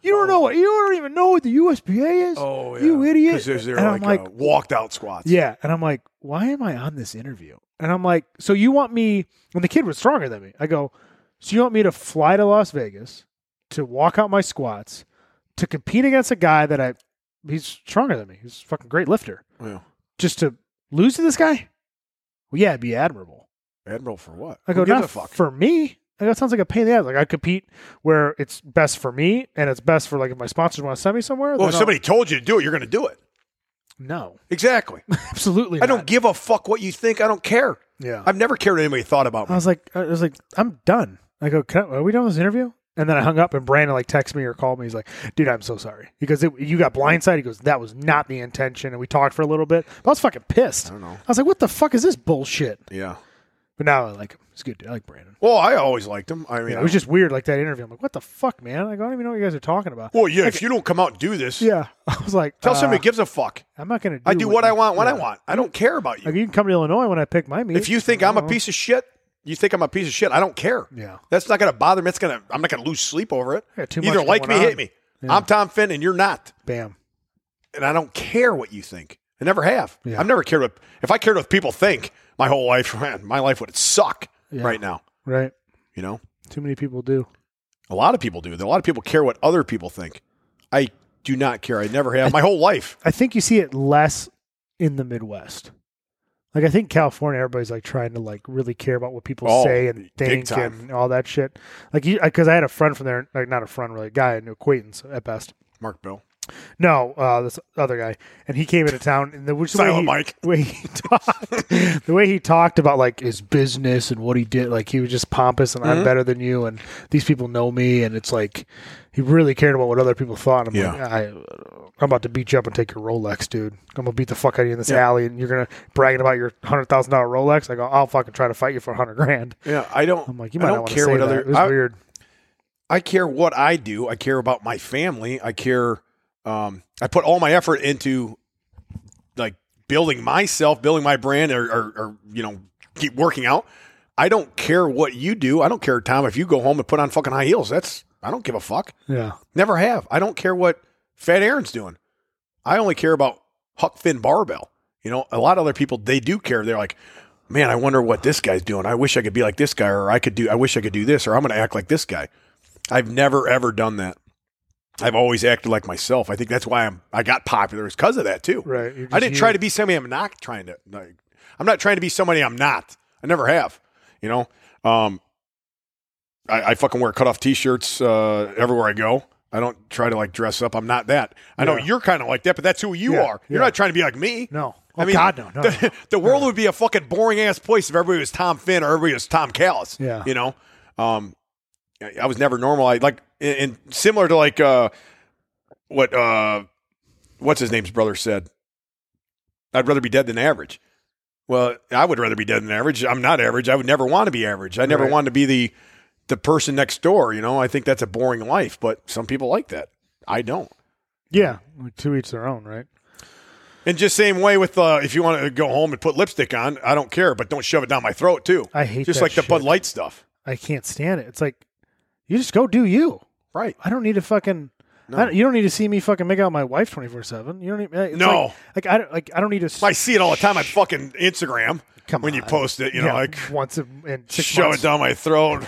S2: You
S5: Oh.
S2: don't know what you don't even know what the USPA is. you idiot!
S5: Because Oh, they're
S2: and
S5: like,
S2: I'm like,
S5: uh, walked out squats.
S2: yeah, and I'm like, why am I on this interview? And I'm like, so you want me? When the kid was stronger than me, I go, so you want me to fly to Las Vegas to walk out my squats to compete against a guy that I he's stronger than me. He's a fucking great lifter
S5: Well,
S2: just to lose to this guy? Well, yeah, it'd be admirable.
S5: Admiral for what?
S2: I
S5: Who
S2: go,
S5: gives
S2: not
S5: a fuck.
S2: for me. I go, it sounds like a pain in the ass. Like I compete where it's best for me and it's best for like if my sponsors want to send me somewhere.
S5: well,
S2: then
S5: if
S2: I'll-
S5: somebody told you to do it, you're going to do it.
S2: no,
S5: Exactly.
S2: absolutely.
S5: I
S2: not.
S5: don't give a fuck what you think. I don't care.
S2: Yeah.
S5: I've never cared what anybody thought about
S2: I
S5: me.
S2: was like, I was like, I'm done. I go, Can I, are we done with this interview? And then I hung up, and Brandon like texted me or called me. He's like, "Dude, I'm so sorry." He goes, it, "You got blindsided." He goes, "That was not the intention." And we talked for a little bit. But I was fucking pissed. I
S5: don't know.
S2: was like, "What the fuck is this bullshit?"
S5: Yeah.
S2: But now I like him. He's a good. Dude. I like Brandon.
S5: Well, I always liked him. I mean,
S2: It was just weird, like that interview. I'm like, "What the fuck, man?" Like, I don't even know what you guys are talking about.
S5: well, yeah. if you don't come out and do this,
S2: Yeah, I was like,
S5: tell
S2: uh,
S5: somebody who gives a fuck.
S2: I'm not gonna. Do
S5: I do what
S2: you-
S5: I want when I
S2: Yeah.
S5: want. I don't care about
S2: Like
S5: you.
S2: you can come to Illinois when I pick my meat.
S5: If you think
S2: I
S5: I'm a
S2: don't
S5: piece of shit, you think I'm a piece of shit. I don't care.
S2: Yeah.
S5: That's not going to bother me. It's going to. I'm not going to lose sleep over it.
S2: I got too much
S5: Either like me,
S2: going on.
S5: hate me. I'm Tom Finn, and you're not.
S2: know. bam.
S5: and I don't care what you think. I never have.
S2: Yeah.
S5: I've never cared what if I cared what people think my whole life, man, my life would suck
S2: Yeah.
S5: right now.
S2: Right.
S5: You know?
S2: Too many people do.
S5: A lot of people do. A lot of people care what other people think. I do not care. I never have my whole life.
S2: I think you see it less in the Midwest. Like I think California, everybody's like trying to like really care about what people
S5: Oh,
S2: say and
S5: big
S2: think
S5: time.
S2: and all that shit. Like, because I had a friend from there, like not a friend really, a guy, an acquaintance at best.
S5: Mark Bill.
S2: No, uh, this other guy, and he came into town, and the, which the way
S5: Silent
S2: he,
S5: Mike.
S2: way he talked, the way he talked about like his business and what he did, like he was just pompous and
S5: Mm-hmm.
S2: I'm better than you, and these people know me, and it's like he really cared about what other people thought. I'm
S5: Yeah.
S2: like, I, I'm about to beat you up and take your Rolex, dude. I'm gonna beat the fuck out of you in this
S5: Yeah.
S2: alley, and you're gonna bragging about your hundred thousand dollar Rolex. I go, I'll fucking try to fight you for a hundred grand.
S5: Yeah, I don't
S2: I'm like, you
S5: I
S2: might not
S5: don't
S2: want to
S5: care
S2: say
S5: what
S2: that.
S5: other
S2: it was
S5: I,
S2: weird.
S5: I care what I do. I care about my family. I care. Um, I put all my effort into like building myself, building my brand, or, or, or you know, keep working out. I don't care what you do. I don't care, Tom, if you go home and put on fucking high heels. That's I don't give a fuck.
S2: Yeah,
S5: Never have. I don't care what Fat Aaron's doing. I only care about Huck Finn Barbell. You know, a lot of other people they do care. They're like, man, I wonder what this guy's doing. I wish I could be like this guy, or I could do. I wish I could do this, or I'm going to act like this guy. I've never ever done that. I've always acted like myself. I think that's why I'm. I got popular is because of that too.
S2: right. You're
S5: I
S2: just
S5: didn't
S2: you.
S5: try to be somebody I'm not trying to. Like, I'm not trying to be somebody I'm not. I never have. You know, um, I, I fucking wear cutoff t-shirts uh, everywhere I go. I don't try to like dress up. I'm not that. I know
S2: Yeah.
S5: you're kind of like that, but that's who you
S2: Yeah,
S5: are. You're
S2: yeah.
S5: not trying to be like me.
S2: No.
S5: I
S2: Oh,
S5: mean,
S2: God, no, no,
S5: the,
S2: no,
S5: the world would be a fucking boring ass place if everybody was Tom Finn or everybody was Tom Callis.
S2: Yeah.
S5: you know, um, I- I was never normal. I like and- and similar to like uh, what uh, what's his name's brother said. I'd rather be dead than average. Well, I would rather be dead than average. I'm not average. I would never want to be average. I never
S2: Right.
S5: wanted to be the the person next door. You know, I think that's a boring life, but some people like that. I don't.
S2: Yeah, to each their own, right?
S5: And just same way with uh, if you want to go home and put lipstick on, I don't care, but don't shove it down my throat too.
S2: I hate
S5: just
S2: that
S5: like the Bud
S2: shit.
S5: Light stuff.
S2: I can't stand it. It's like you just go do you.
S5: Right.
S2: I don't need to fucking.
S5: No.
S2: I don't- you don't need to see me fucking make out with my wife twenty four seven. You don't need. it's
S5: No.
S2: like, like I don't like. I don't need to. s-
S5: I see it all the time on fucking Instagram
S2: Come
S5: when you
S2: on.
S5: post it. You know,
S2: yeah,
S5: like
S2: once a, in six
S5: shove
S2: months.
S5: it down my throat.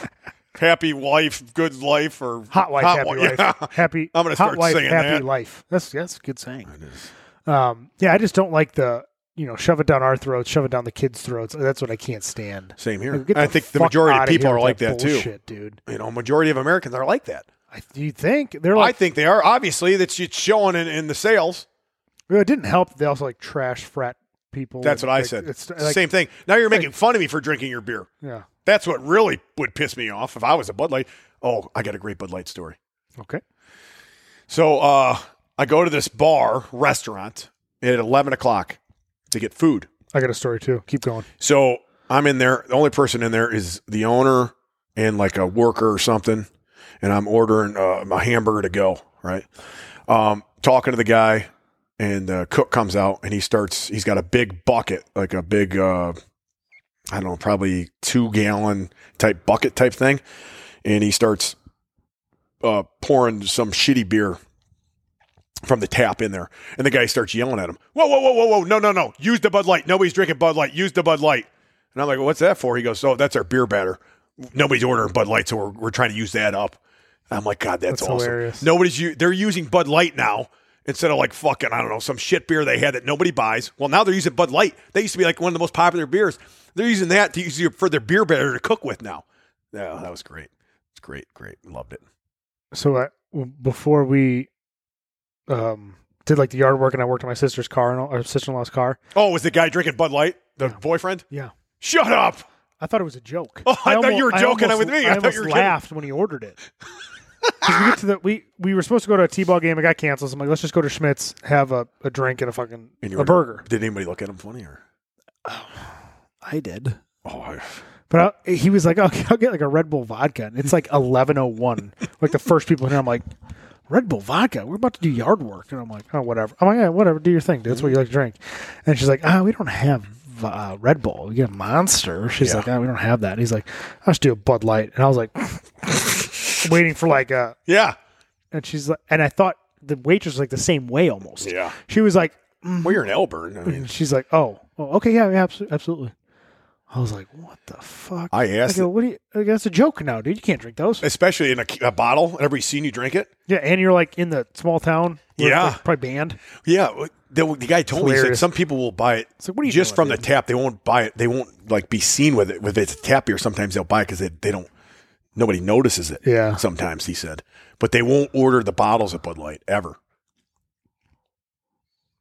S5: happy wife, good life, or
S2: Hot wife, happy
S5: wi-
S2: wife,
S5: Yeah.
S2: happy.
S5: I'm gonna
S2: hot
S5: start
S2: wife,
S5: singing
S2: happy
S5: that.
S2: life. That's that's a good saying. Um, yeah, I just don't like the you know shove it down our throats, shove it down the kids' throats. That's what I can't stand.
S5: Same here.
S2: Like, get
S5: I think the
S2: fuck
S5: majority of
S2: outta
S5: people
S2: here
S5: are
S2: with
S5: like
S2: that
S5: that, too.
S2: bullshit, dude.
S5: You know, majority of Americans are like that.
S2: I, you think they're
S5: I
S2: like
S5: think they are. Obviously, that's it's showing in, in the sales.
S2: Well, it didn't help. that They also like trash frat people.
S5: That's
S2: and,
S5: what I
S2: like,
S5: said.
S2: It's like,
S5: Same thing. Now you're making fun of me for drinking your beer.
S2: Yeah.
S5: That's what really would piss me off if I was a Bud Light. Oh, I got a great Bud Light story.
S2: Okay.
S5: So uh, I go to this bar restaurant at 11 o'clock to get food.
S2: I got a story too. Keep going.
S5: So I'm in there. The only person in there is the owner and like a worker or something. And I'm ordering uh, my hamburger to go, right? Um, talking to the guy, and the cook comes out and he starts, he's got a big bucket, like a big, uh, I don't know, probably two gallon type bucket type thing. And he starts uh, pouring some shitty beer from the tap in there. And the guy starts yelling at him, Whoa, whoa, whoa, whoa, whoa, no, no, no. Use the Bud Light. Nobody's drinking Bud Light. Use the Bud Light. And I'm like, What's that for? He goes, Oh, that's our beer batter. Nobody's ordering Bud Light, so we're, we're trying to use that up. I'm like, God, that's,
S2: That's
S5: awesome.
S2: hilarious.
S5: Nobody's u- they're using Bud Light now instead of like fucking, I don't know, some shit beer they had that nobody buys. Well, now they're using Bud Light. That used to be like one of the most popular beers. They're using that to use your, for their beer batter to cook with now. Yeah, that was great. It's great, great. Loved it.
S2: So I, w- before we um, did like the yard work, and I worked on my sister's car and all, or sister-in-law's car.
S5: Oh, was the guy drinking Bud Light? The boyfriend?
S2: Yeah.
S5: Shut up.
S2: I thought it was a joke.
S5: Oh, I thought you were joking with me. I
S2: I
S5: thought
S2: almost
S5: you were kidding.
S2: laughed when he ordered it. 'Cause we get to the we we were supposed to go to a t-ball game. It got canceled. So I'm like, let's just go to Schmidt's, have a, a drink and a fucking
S5: And
S2: a
S5: you were-
S2: burger.
S5: Did anybody look at him funny or?
S4: I did.
S5: Oh, I,
S2: But I, he was like, okay, I'll get like a Red Bull vodka. And it's like 11:01. like the first people here, I'm like, Red Bull vodka. We're about to do yard work, and I'm like, oh whatever. I'm like, yeah, whatever. Do your thing, dude. That's what you like to drink. And she's like, ah, we don't have. Uh, Red Bull, we get Monster. She's
S5: Yeah.
S2: like, ah, we don't have that. And he's like, I'll just do a Bud Light. And I was like, waiting for like a
S5: yeah.
S2: And she's like, and I thought the waitress was like the same way almost.
S5: Yeah.
S2: She was like,
S5: Well, you're in Elburn. I mean,
S2: and she's like, oh, oh, okay, yeah, yeah, abso- absolutely. I was like, what the fuck?
S5: I
S2: I
S5: asked,
S2: go, what do you, I go, that's a joke now, dude. You can't drink those.
S5: especially in a, a bottle, and everybody's seen you drink it.
S2: Yeah. And you're like in the small town. where
S5: Yeah.
S2: it's, like, probably banned.
S5: Yeah, the, the guy told me he said
S2: Hilarious.
S5: some people will buy it
S2: like, what are you
S5: just
S2: doing,
S5: from the tap. They won't buy it. They won't like be seen with it. With it's tap beer, sometimes they'll buy it because they, they don't. Nobody notices it.
S2: Yeah.
S5: Sometimes he said, but they won't order the bottles of Bud Light ever.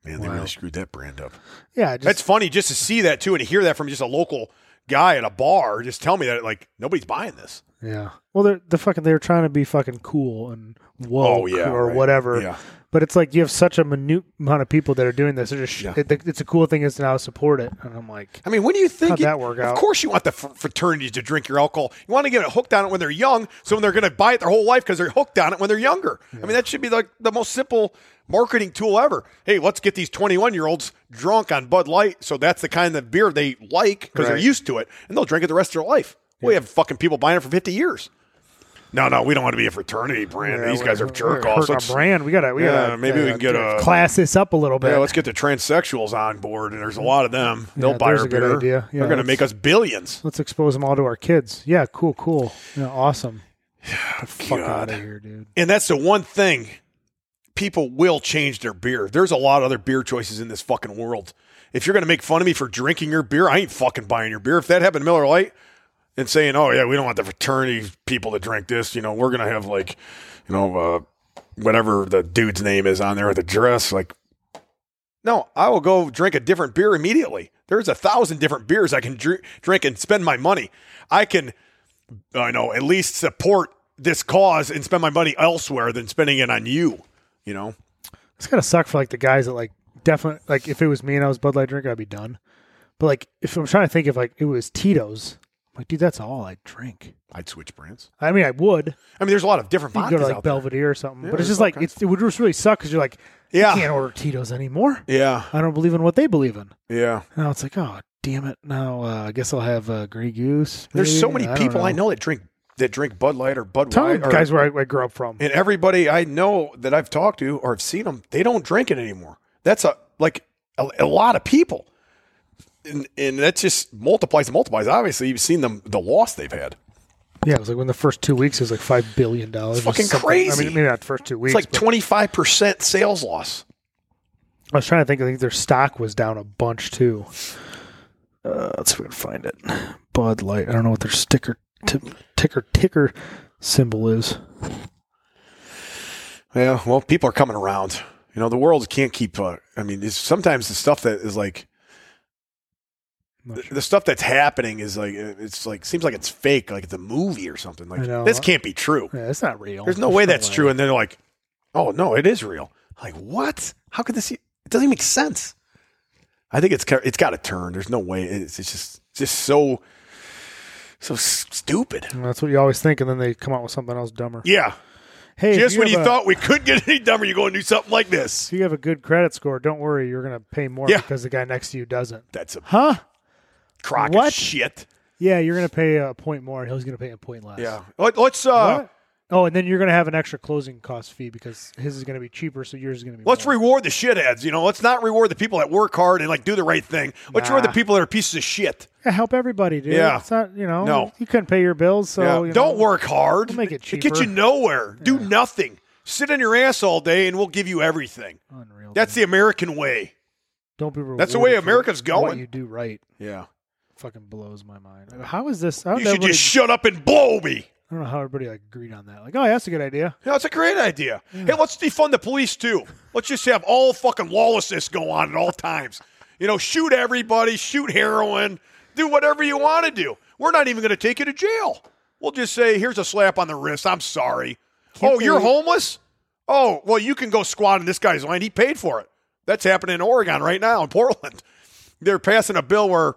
S5: Man, they really screwed that brand up.
S2: Yeah. I Just,
S5: That's funny just to see that too, and to hear that from just a local guy at a bar. Just tell me that like nobody's buying this.
S2: yeah. Well, they're, the fucking, they're trying to be fucking cool and woke
S5: Oh, yeah,
S2: or
S5: right.
S2: whatever.
S5: Yeah.
S2: But it's like you have such a minute amount of people that are doing this. They're just,
S5: Yeah.
S2: it, it's a cool thing is to now support it. And I'm like,
S5: I mean, when do you think
S2: How'd
S5: it-
S2: that work out?
S5: Of course, you want the fr- fraternities to drink your alcohol. You want to get it hooked on it when they're young, so when they're going to buy it their whole life because they're hooked on it when they're younger. I mean, that should be like the most simple marketing tool ever. Hey, let's get these twenty-one-year-olds drunk on Bud Light, so that's the kind of beer they like because they're
S2: Right.
S5: used to it, and they'll drink it the rest of their life. We have fucking people buying it for fifty years. No, no, we don't want to be a fraternity brand.
S2: yeah,
S5: these
S2: we're-
S5: guys are
S2: we're
S5: jerk
S2: hurting
S5: offs.
S2: our
S5: Let's-
S2: brand. We gotta, we
S5: Yeah,
S2: gotta
S5: maybe we
S2: uh,
S5: can get a-
S2: class this up a little bit.
S5: Yeah, let's get the transsexuals on board, and there's a lot of them. They'll
S2: Yeah,
S5: buy
S2: there's
S5: our
S2: a good
S5: beer.
S2: idea. Yeah,
S5: They're going to
S2: let's-
S5: make us billions.
S2: Let's expose them all to our kids. Yeah, cool, cool. Yeah, awesome. Get the fuck out
S5: God.
S2: of here, dude.
S5: And that's the one thing people will change their beer. There's a lot of other beer choices in this fucking world. If you're going to make fun of me for drinking your beer, I ain't fucking buying your beer. If that happened to Miller Lite and saying, oh, yeah, we don't want the fraternity people to drink this, you know, we're going to have like, you know, uh, whatever the dude's name is on there with the dress, like, no, I will go drink a different beer immediately. There's a thousand different beers I can dr- drink and spend my money. I can I know, at least support this cause and spend my money elsewhere than spending it on you. You know,
S2: It's gotta suck for like the guys that like definitely like if it was me and I was Bud Light drinker, I'd be done. But like if I'm trying to think if like it was Tito's, I'm like dude, that's all I drink.
S5: I'd switch brands.
S2: I mean, I would.
S5: I mean, there's a lot of different
S2: You could go
S5: vodkas
S2: to like
S5: out there.
S2: Belvedere or something, but
S5: there's
S2: it's just
S5: all
S2: like it's, it would just really suck because you're like, I
S5: Yeah,
S2: can't order Tito's anymore.
S5: yeah,
S2: I don't believe in what they believe in.
S5: yeah.
S2: Now it's like, oh damn it! Now uh, I guess I'll have uh, Grey Goose.
S5: There's so many
S2: maybe? I don't
S5: people I know that drink that drink Bud Light or Bud
S2: Tell me,
S5: White. Or,
S2: guys, where I, where I grew up from.
S5: and everybody I know that I've talked to or have seen them, they don't drink it anymore. That's a like a, a lot of people, and and that just multiplies and multiplies. Obviously, you've seen them the loss they've had.
S2: Yeah, it was like when the first two weeks it was like five billion dollars. It's
S5: fucking crazy.
S2: I mean, maybe not the first two weeks.
S5: It's like
S2: but
S5: twenty five percent sales loss.
S2: I was trying to think. I think their stock was down a bunch too. Uh, let's see if we can find it. Bud Light. I don't know what their sticker t- ticker ticker symbol is.
S5: Yeah, well, people are coming around. You know, the world can't keep. Uh, I mean, it's, sometimes the stuff that is like
S2: Not
S5: the, the stuff that's happening is like uh, it's like seems like it's fake, like it's a movie or something. Like
S2: I know.
S5: this can't be true.
S2: Yeah, it's not real.
S5: There's no way that's true. And they're like, oh no, it is real. Like what? How could this? e- It doesn't even make sense. I think it's ca- it's got to turn. There's no way. It's, it's just just so so s- stupid.
S2: And that's what you always think, and then they come out with something else dumber.
S5: Yeah.
S2: Hey, if
S5: Just when you
S2: have a-
S5: thought we couldn't get any dumber, you go and do something like this.
S2: if you have a good credit score, don't worry, you're gonna pay more
S5: Yeah.
S2: because the guy next to you doesn't.
S5: That's a
S2: Huh?
S5: crock of
S2: What?
S5: shit.
S2: Yeah, you're gonna pay a point more, and he's gonna pay a point less.
S5: Yeah. Let, us uh
S2: What? Oh, and then you're going to have an extra closing cost fee because his is going to be cheaper, so yours is going to be.
S5: let's
S2: more.
S5: reward the shitheads. You know, let's not reward the people that work hard and like do the right thing. Let's reward the
S2: Nah.
S5: people that are pieces of shit.
S2: Yeah, help everybody, dude.
S5: Yeah.
S2: it's not you know.
S5: No.
S2: you couldn't pay your bills, so
S5: Yeah.
S2: you know,
S5: Don't work hard.
S2: We'll make it
S5: It'll get
S2: cheaper.
S5: you nowhere. Do nothing. Sit on your ass all day, and we'll give you everything.
S2: Unreal.
S5: That's the American way.
S2: don't be.
S5: That's the way
S2: rewarded for
S5: America's
S2: What
S5: going.
S2: you do right.
S5: Yeah.
S2: fucking blows my mind. How is this? I don't,
S5: You
S2: know
S5: should
S2: everybody-
S5: just shut up and blow me.
S2: I don't know how everybody like, agreed on that. Like, oh, yeah, that's a good idea.
S5: Yeah, that's a great idea. Hey, let's defund the police too. Let's just have all fucking lawlessness go on at all times. You know, shoot everybody, shoot heroin, do whatever you want to do. We're not even going to take you to jail. We'll just say, here's a slap on the wrist. I'm sorry. oh, you're
S2: believe-
S5: homeless? Oh, well, you can go squat in this guy's land. He paid for it. That's happening in Oregon right now in Portland. They're passing a bill where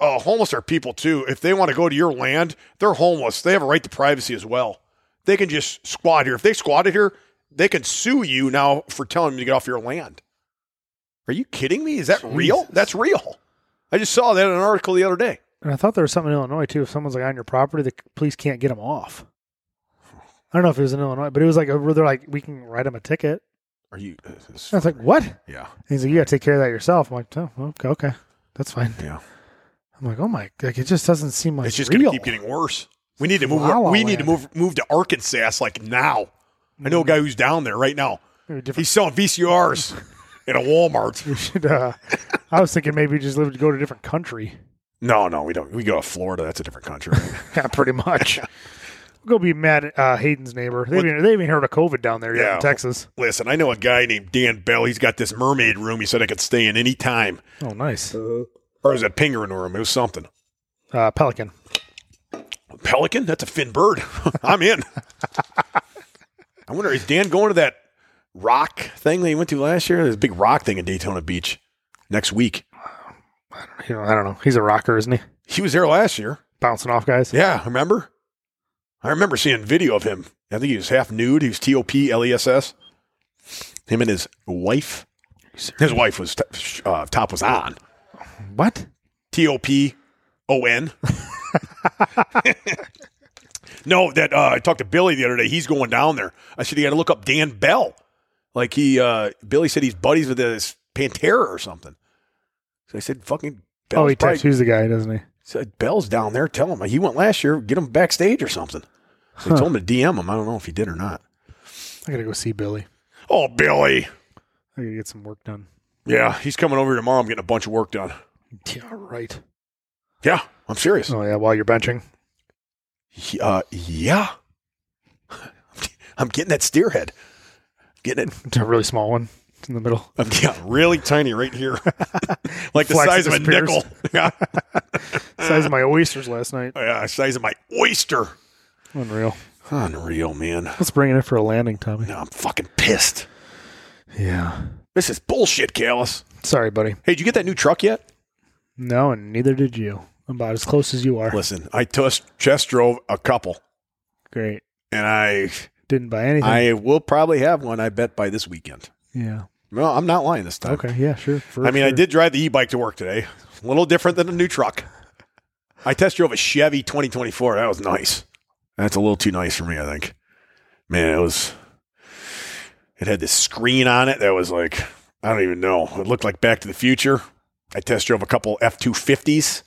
S5: uh, homeless are people too. If they want to go to your land, they're homeless. They have a right to privacy as well. They can just squat here. If they squatted here, they can sue you now for telling them to get off your land. Are you kidding me? Is that real? That's real. I just saw that in an article the other day.
S2: And I thought there was something in Illinois, too. If someone's like on your property, the police can't get them off. I don't know if it was in Illinois, but it was like, over they're like, we can write them a ticket.
S5: Are you? uh,
S2: And I was like, what? And
S5: Yeah.
S2: he's like, you got to take care of that yourself. I'm like, oh, okay, okay. That's fine.
S5: Yeah.
S2: I'm like, oh my, like, it just doesn't seem like
S5: It's just
S2: real.
S5: going to keep getting worse. We need to move.
S2: La La
S5: we need to
S2: Land.
S5: move move to Arkansas like now. I know a guy who's down there right now.
S2: Maybe different-
S5: He's selling VCRs at a Walmart.
S2: We should, uh, I was thinking maybe just live to go to a different country.
S5: No, no, we don't. We go to Florida. That's a different country.
S2: Yeah, pretty much. Go be mad at uh, Hayden's neighbor. They haven't, they haven't heard of COVID down there yet
S5: Yeah.
S2: in Texas.
S5: Listen, I know a guy named Dan Bell. He's got this mermaid room. He said I could stay in any time.
S2: Oh, nice.
S5: Or is it penguin room? It was something.
S2: Uh, Pelican.
S5: Pelican? That's a fin bird. I'm in. I wonder is Dan going to that rock thing that he went to last year? There's a big rock thing in Daytona Beach next week.
S2: You know, I don't know. He's a rocker, isn't he?
S5: He was there last year.
S2: Bouncing off guys.
S5: Yeah, remember? I remember seeing video of him. I think he was half nude. He was T O P L E S S. Him and his wife. His wife was t- uh, top was on.
S2: What?
S5: T O P O N. No, that uh, I talked to Billy the other day. He's going down there. I said you got to look up Dan Bell. Like he, uh, Billy said he's buddies with this Pantera or something. So I said, "Fucking Bell's,
S2: oh, he
S5: probably-
S2: tattoos the guy, doesn't he?
S5: said, Bell's down there. Tell him he went last year. Get him backstage or something." So I told him to DM him. I don't know if he did or not.
S2: I gotta go see Billy.
S5: Oh, Billy.
S2: I gotta get some work done.
S5: Yeah, he's coming over tomorrow. I'm getting a bunch of work done.
S2: Yeah, right.
S5: Yeah, I'm serious.
S2: Oh yeah, while you're benching.
S5: He- Uh, yeah, I'm getting that steer head. Getting it.
S2: It's a really small one. It's in the middle.
S5: I'm yeah, really tiny right here, like the
S2: Flex
S5: size of a
S2: disappears.
S5: nickel. Yeah,
S2: Size of my oysters last night.
S5: yeah, size of my oyster.
S2: Unreal.
S5: Unreal, man.
S2: Let's bring it in for a landing, Tommy.
S5: No, I'm fucking pissed.
S2: Yeah.
S5: This is bullshit, Callis.
S2: Sorry, buddy.
S5: Hey, did you get that new truck yet?
S2: No, and neither did you. I'm about as close as you are.
S5: Listen, I just test drove a couple,
S2: Great.
S5: and I
S2: Didn't buy anything.
S5: I will probably have one. I bet by this weekend.
S2: yeah.
S5: No, I'm not lying this time.
S2: Okay. Yeah. Sure. For
S5: I mean, I
S2: sure.
S5: did drive the e-bike to work today. A little different than a new truck. I test drove a Chevy 2024. That was nice. That's a little too nice for me, I think. Man, it was. It had this screen on it that was like I don't even know. It looked like Back to the Future. I test drove a couple F 250s,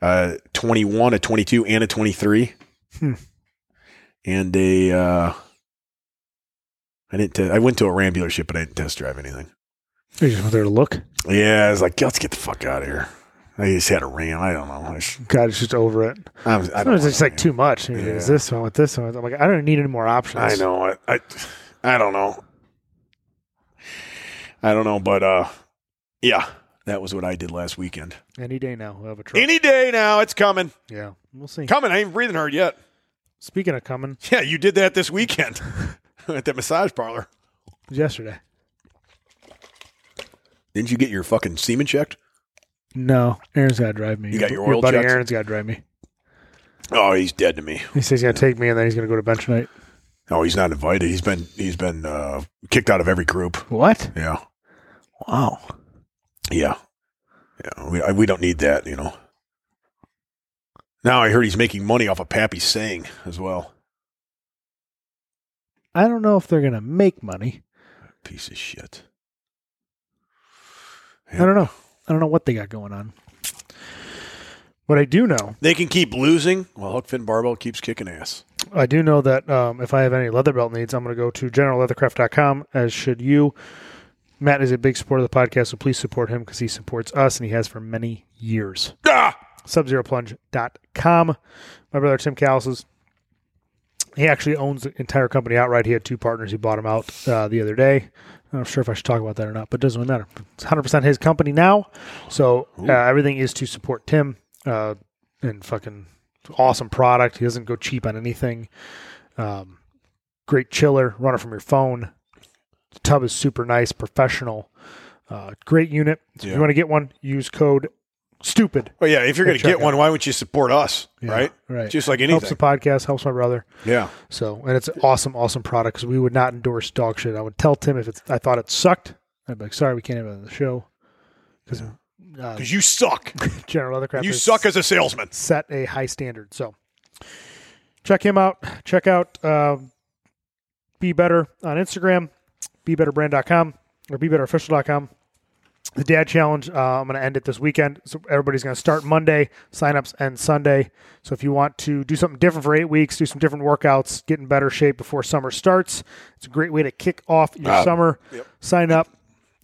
S5: uh, 21, a 22, and a 23,
S2: Hmm.
S5: and a. Uh, I didn't. Te- I went to a Ram dealership, but I didn't test drive anything.
S2: You just went there to look.
S5: Yeah, I was like, let's get the fuck out of here. I just had a ram. I don't know. I, sh-
S2: God, it's just over it.
S5: I, was, I don't
S2: Sometimes it's just
S5: wanna
S2: like too much. You're like,
S5: Yeah.
S2: Is this one with this one? I'm like, I don't need any more options.
S5: ram. I know. I, I, I don't know. I don't know, but uh, yeah, that was what I did last weekend.
S2: Any day now, we'll have a truck.
S5: Any day now, it's coming.
S2: yeah, we'll see.
S5: Coming. I ain't breathing hard yet.
S2: Speaking of coming,
S5: Yeah, you did that this weekend at that massage parlor.
S2: it was yesterday.
S5: Didn't you get your fucking semen checked?
S2: No, Aaron's got to drive me.
S5: You got your oil
S2: buddy
S5: checked?
S2: Aaron's got to drive me.
S5: Oh, he's dead to me.
S2: He says he's got to take me, and then he's going to go to bench night.
S5: Oh, he's not invited. He's been he's been uh, kicked out of every group.
S2: What?
S5: Yeah.
S2: Wow.
S5: Yeah. Yeah. We, I, we don't need that, you know. Now I heard he's making money off of Pappy saying as well.
S2: I don't know if they're going to make money.
S5: Piece of shit.
S2: I don't know. I don't know what they got going on. But I do know,
S5: They can keep losing while Hook Finn Barbell keeps kicking ass.
S2: I do know that um, if I have any leather belt needs, I'm going to go to generalleathercraft.com, as should you. Matt is a big supporter of the podcast, so please support him because he supports us and he has for many years.
S5: Ah!
S2: subzeroplunge.com. My brother Tim Callis's he actually owns the entire company outright. He had two partners. He bought them out uh, the other day. I'm not sure if I should talk about that or not, but it doesn't really matter. It's 100% his company now. So uh, everything is to support Tim uh, and fucking awesome product. He doesn't go cheap on anything. Um, great chiller, runner from your phone. The tub is super nice, professional. Uh, great unit. So If
S5: Yeah.
S2: you want to get one, use code STUPID.
S5: Well, Oh, yeah, if you're going to
S2: check
S5: get one, why wouldn't you support us, right?
S2: Right.
S5: Just like
S2: helps
S5: anything.
S2: the podcast, helps my brother.
S5: yeah.
S2: So, and it's an awesome, awesome product because we would not endorse dog shit. I would tell Tim if it's, I thought it sucked. I'd be like, sorry, we can't have it on the show. Because uh,
S5: Because you suck.
S2: General Leathercraft
S5: you
S2: has
S5: suck as a salesman.
S2: set a high standard. So, check him out. Check out uh, Be Better on Instagram, BeBetterBrand.com or BeBetterOfficial.com. The Dad Challenge, uh, I'm going to end it this weekend. So everybody's going to start Monday. Signups end Sunday. So if you want to do something different for eight weeks, do some different workouts, get in better shape before summer starts, it's a great way to kick off your summer. Sign up.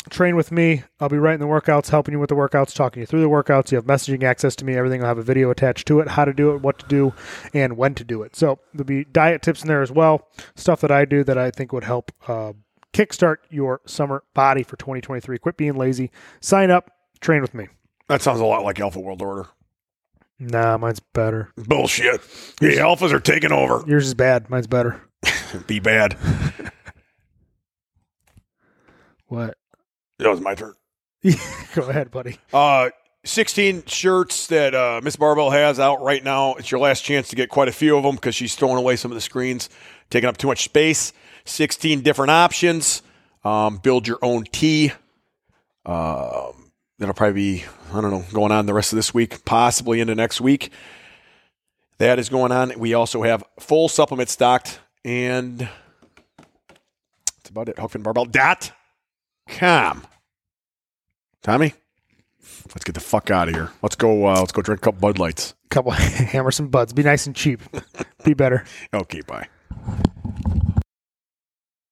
S2: Train with me. I'll be writing the workouts, helping you with the workouts, talking you through the workouts. You have messaging access to me. Everything will have a video attached to it, how to do it, what to do, and when to do it. So there'll be diet tips in there as well, stuff that I do that I think would help uh, kickstart your summer body for 2023. Quit being lazy. Sign up. Train with me.
S5: That sounds a lot like Alpha World Order.
S2: Nah, mine's better.
S5: Bullshit. The alphas are taking over.
S2: Yours is bad. Mine's better.
S5: Be bad.
S2: What?
S5: That was my turn.
S2: Go ahead, buddy.
S5: Uh, 16 shirts that uh, Miss Barbell has out right now. It's your last chance to get quite a few of them because she's throwing away some of the screens, taking up too much space. 16 different options. Um, build your own tee. Um, that'll probably be, I don't know, going on the rest of this week, possibly into next week. That is going on. We also have full supplement stocked, and that's about it. Hookfinbarbell.com. Tommy? Let's get the fuck out of here. Let's go. Uh, let's go drink a couple Bud Lights.
S2: Couple hammer some buds. Be nice and cheap. be better.
S5: Okay, bye.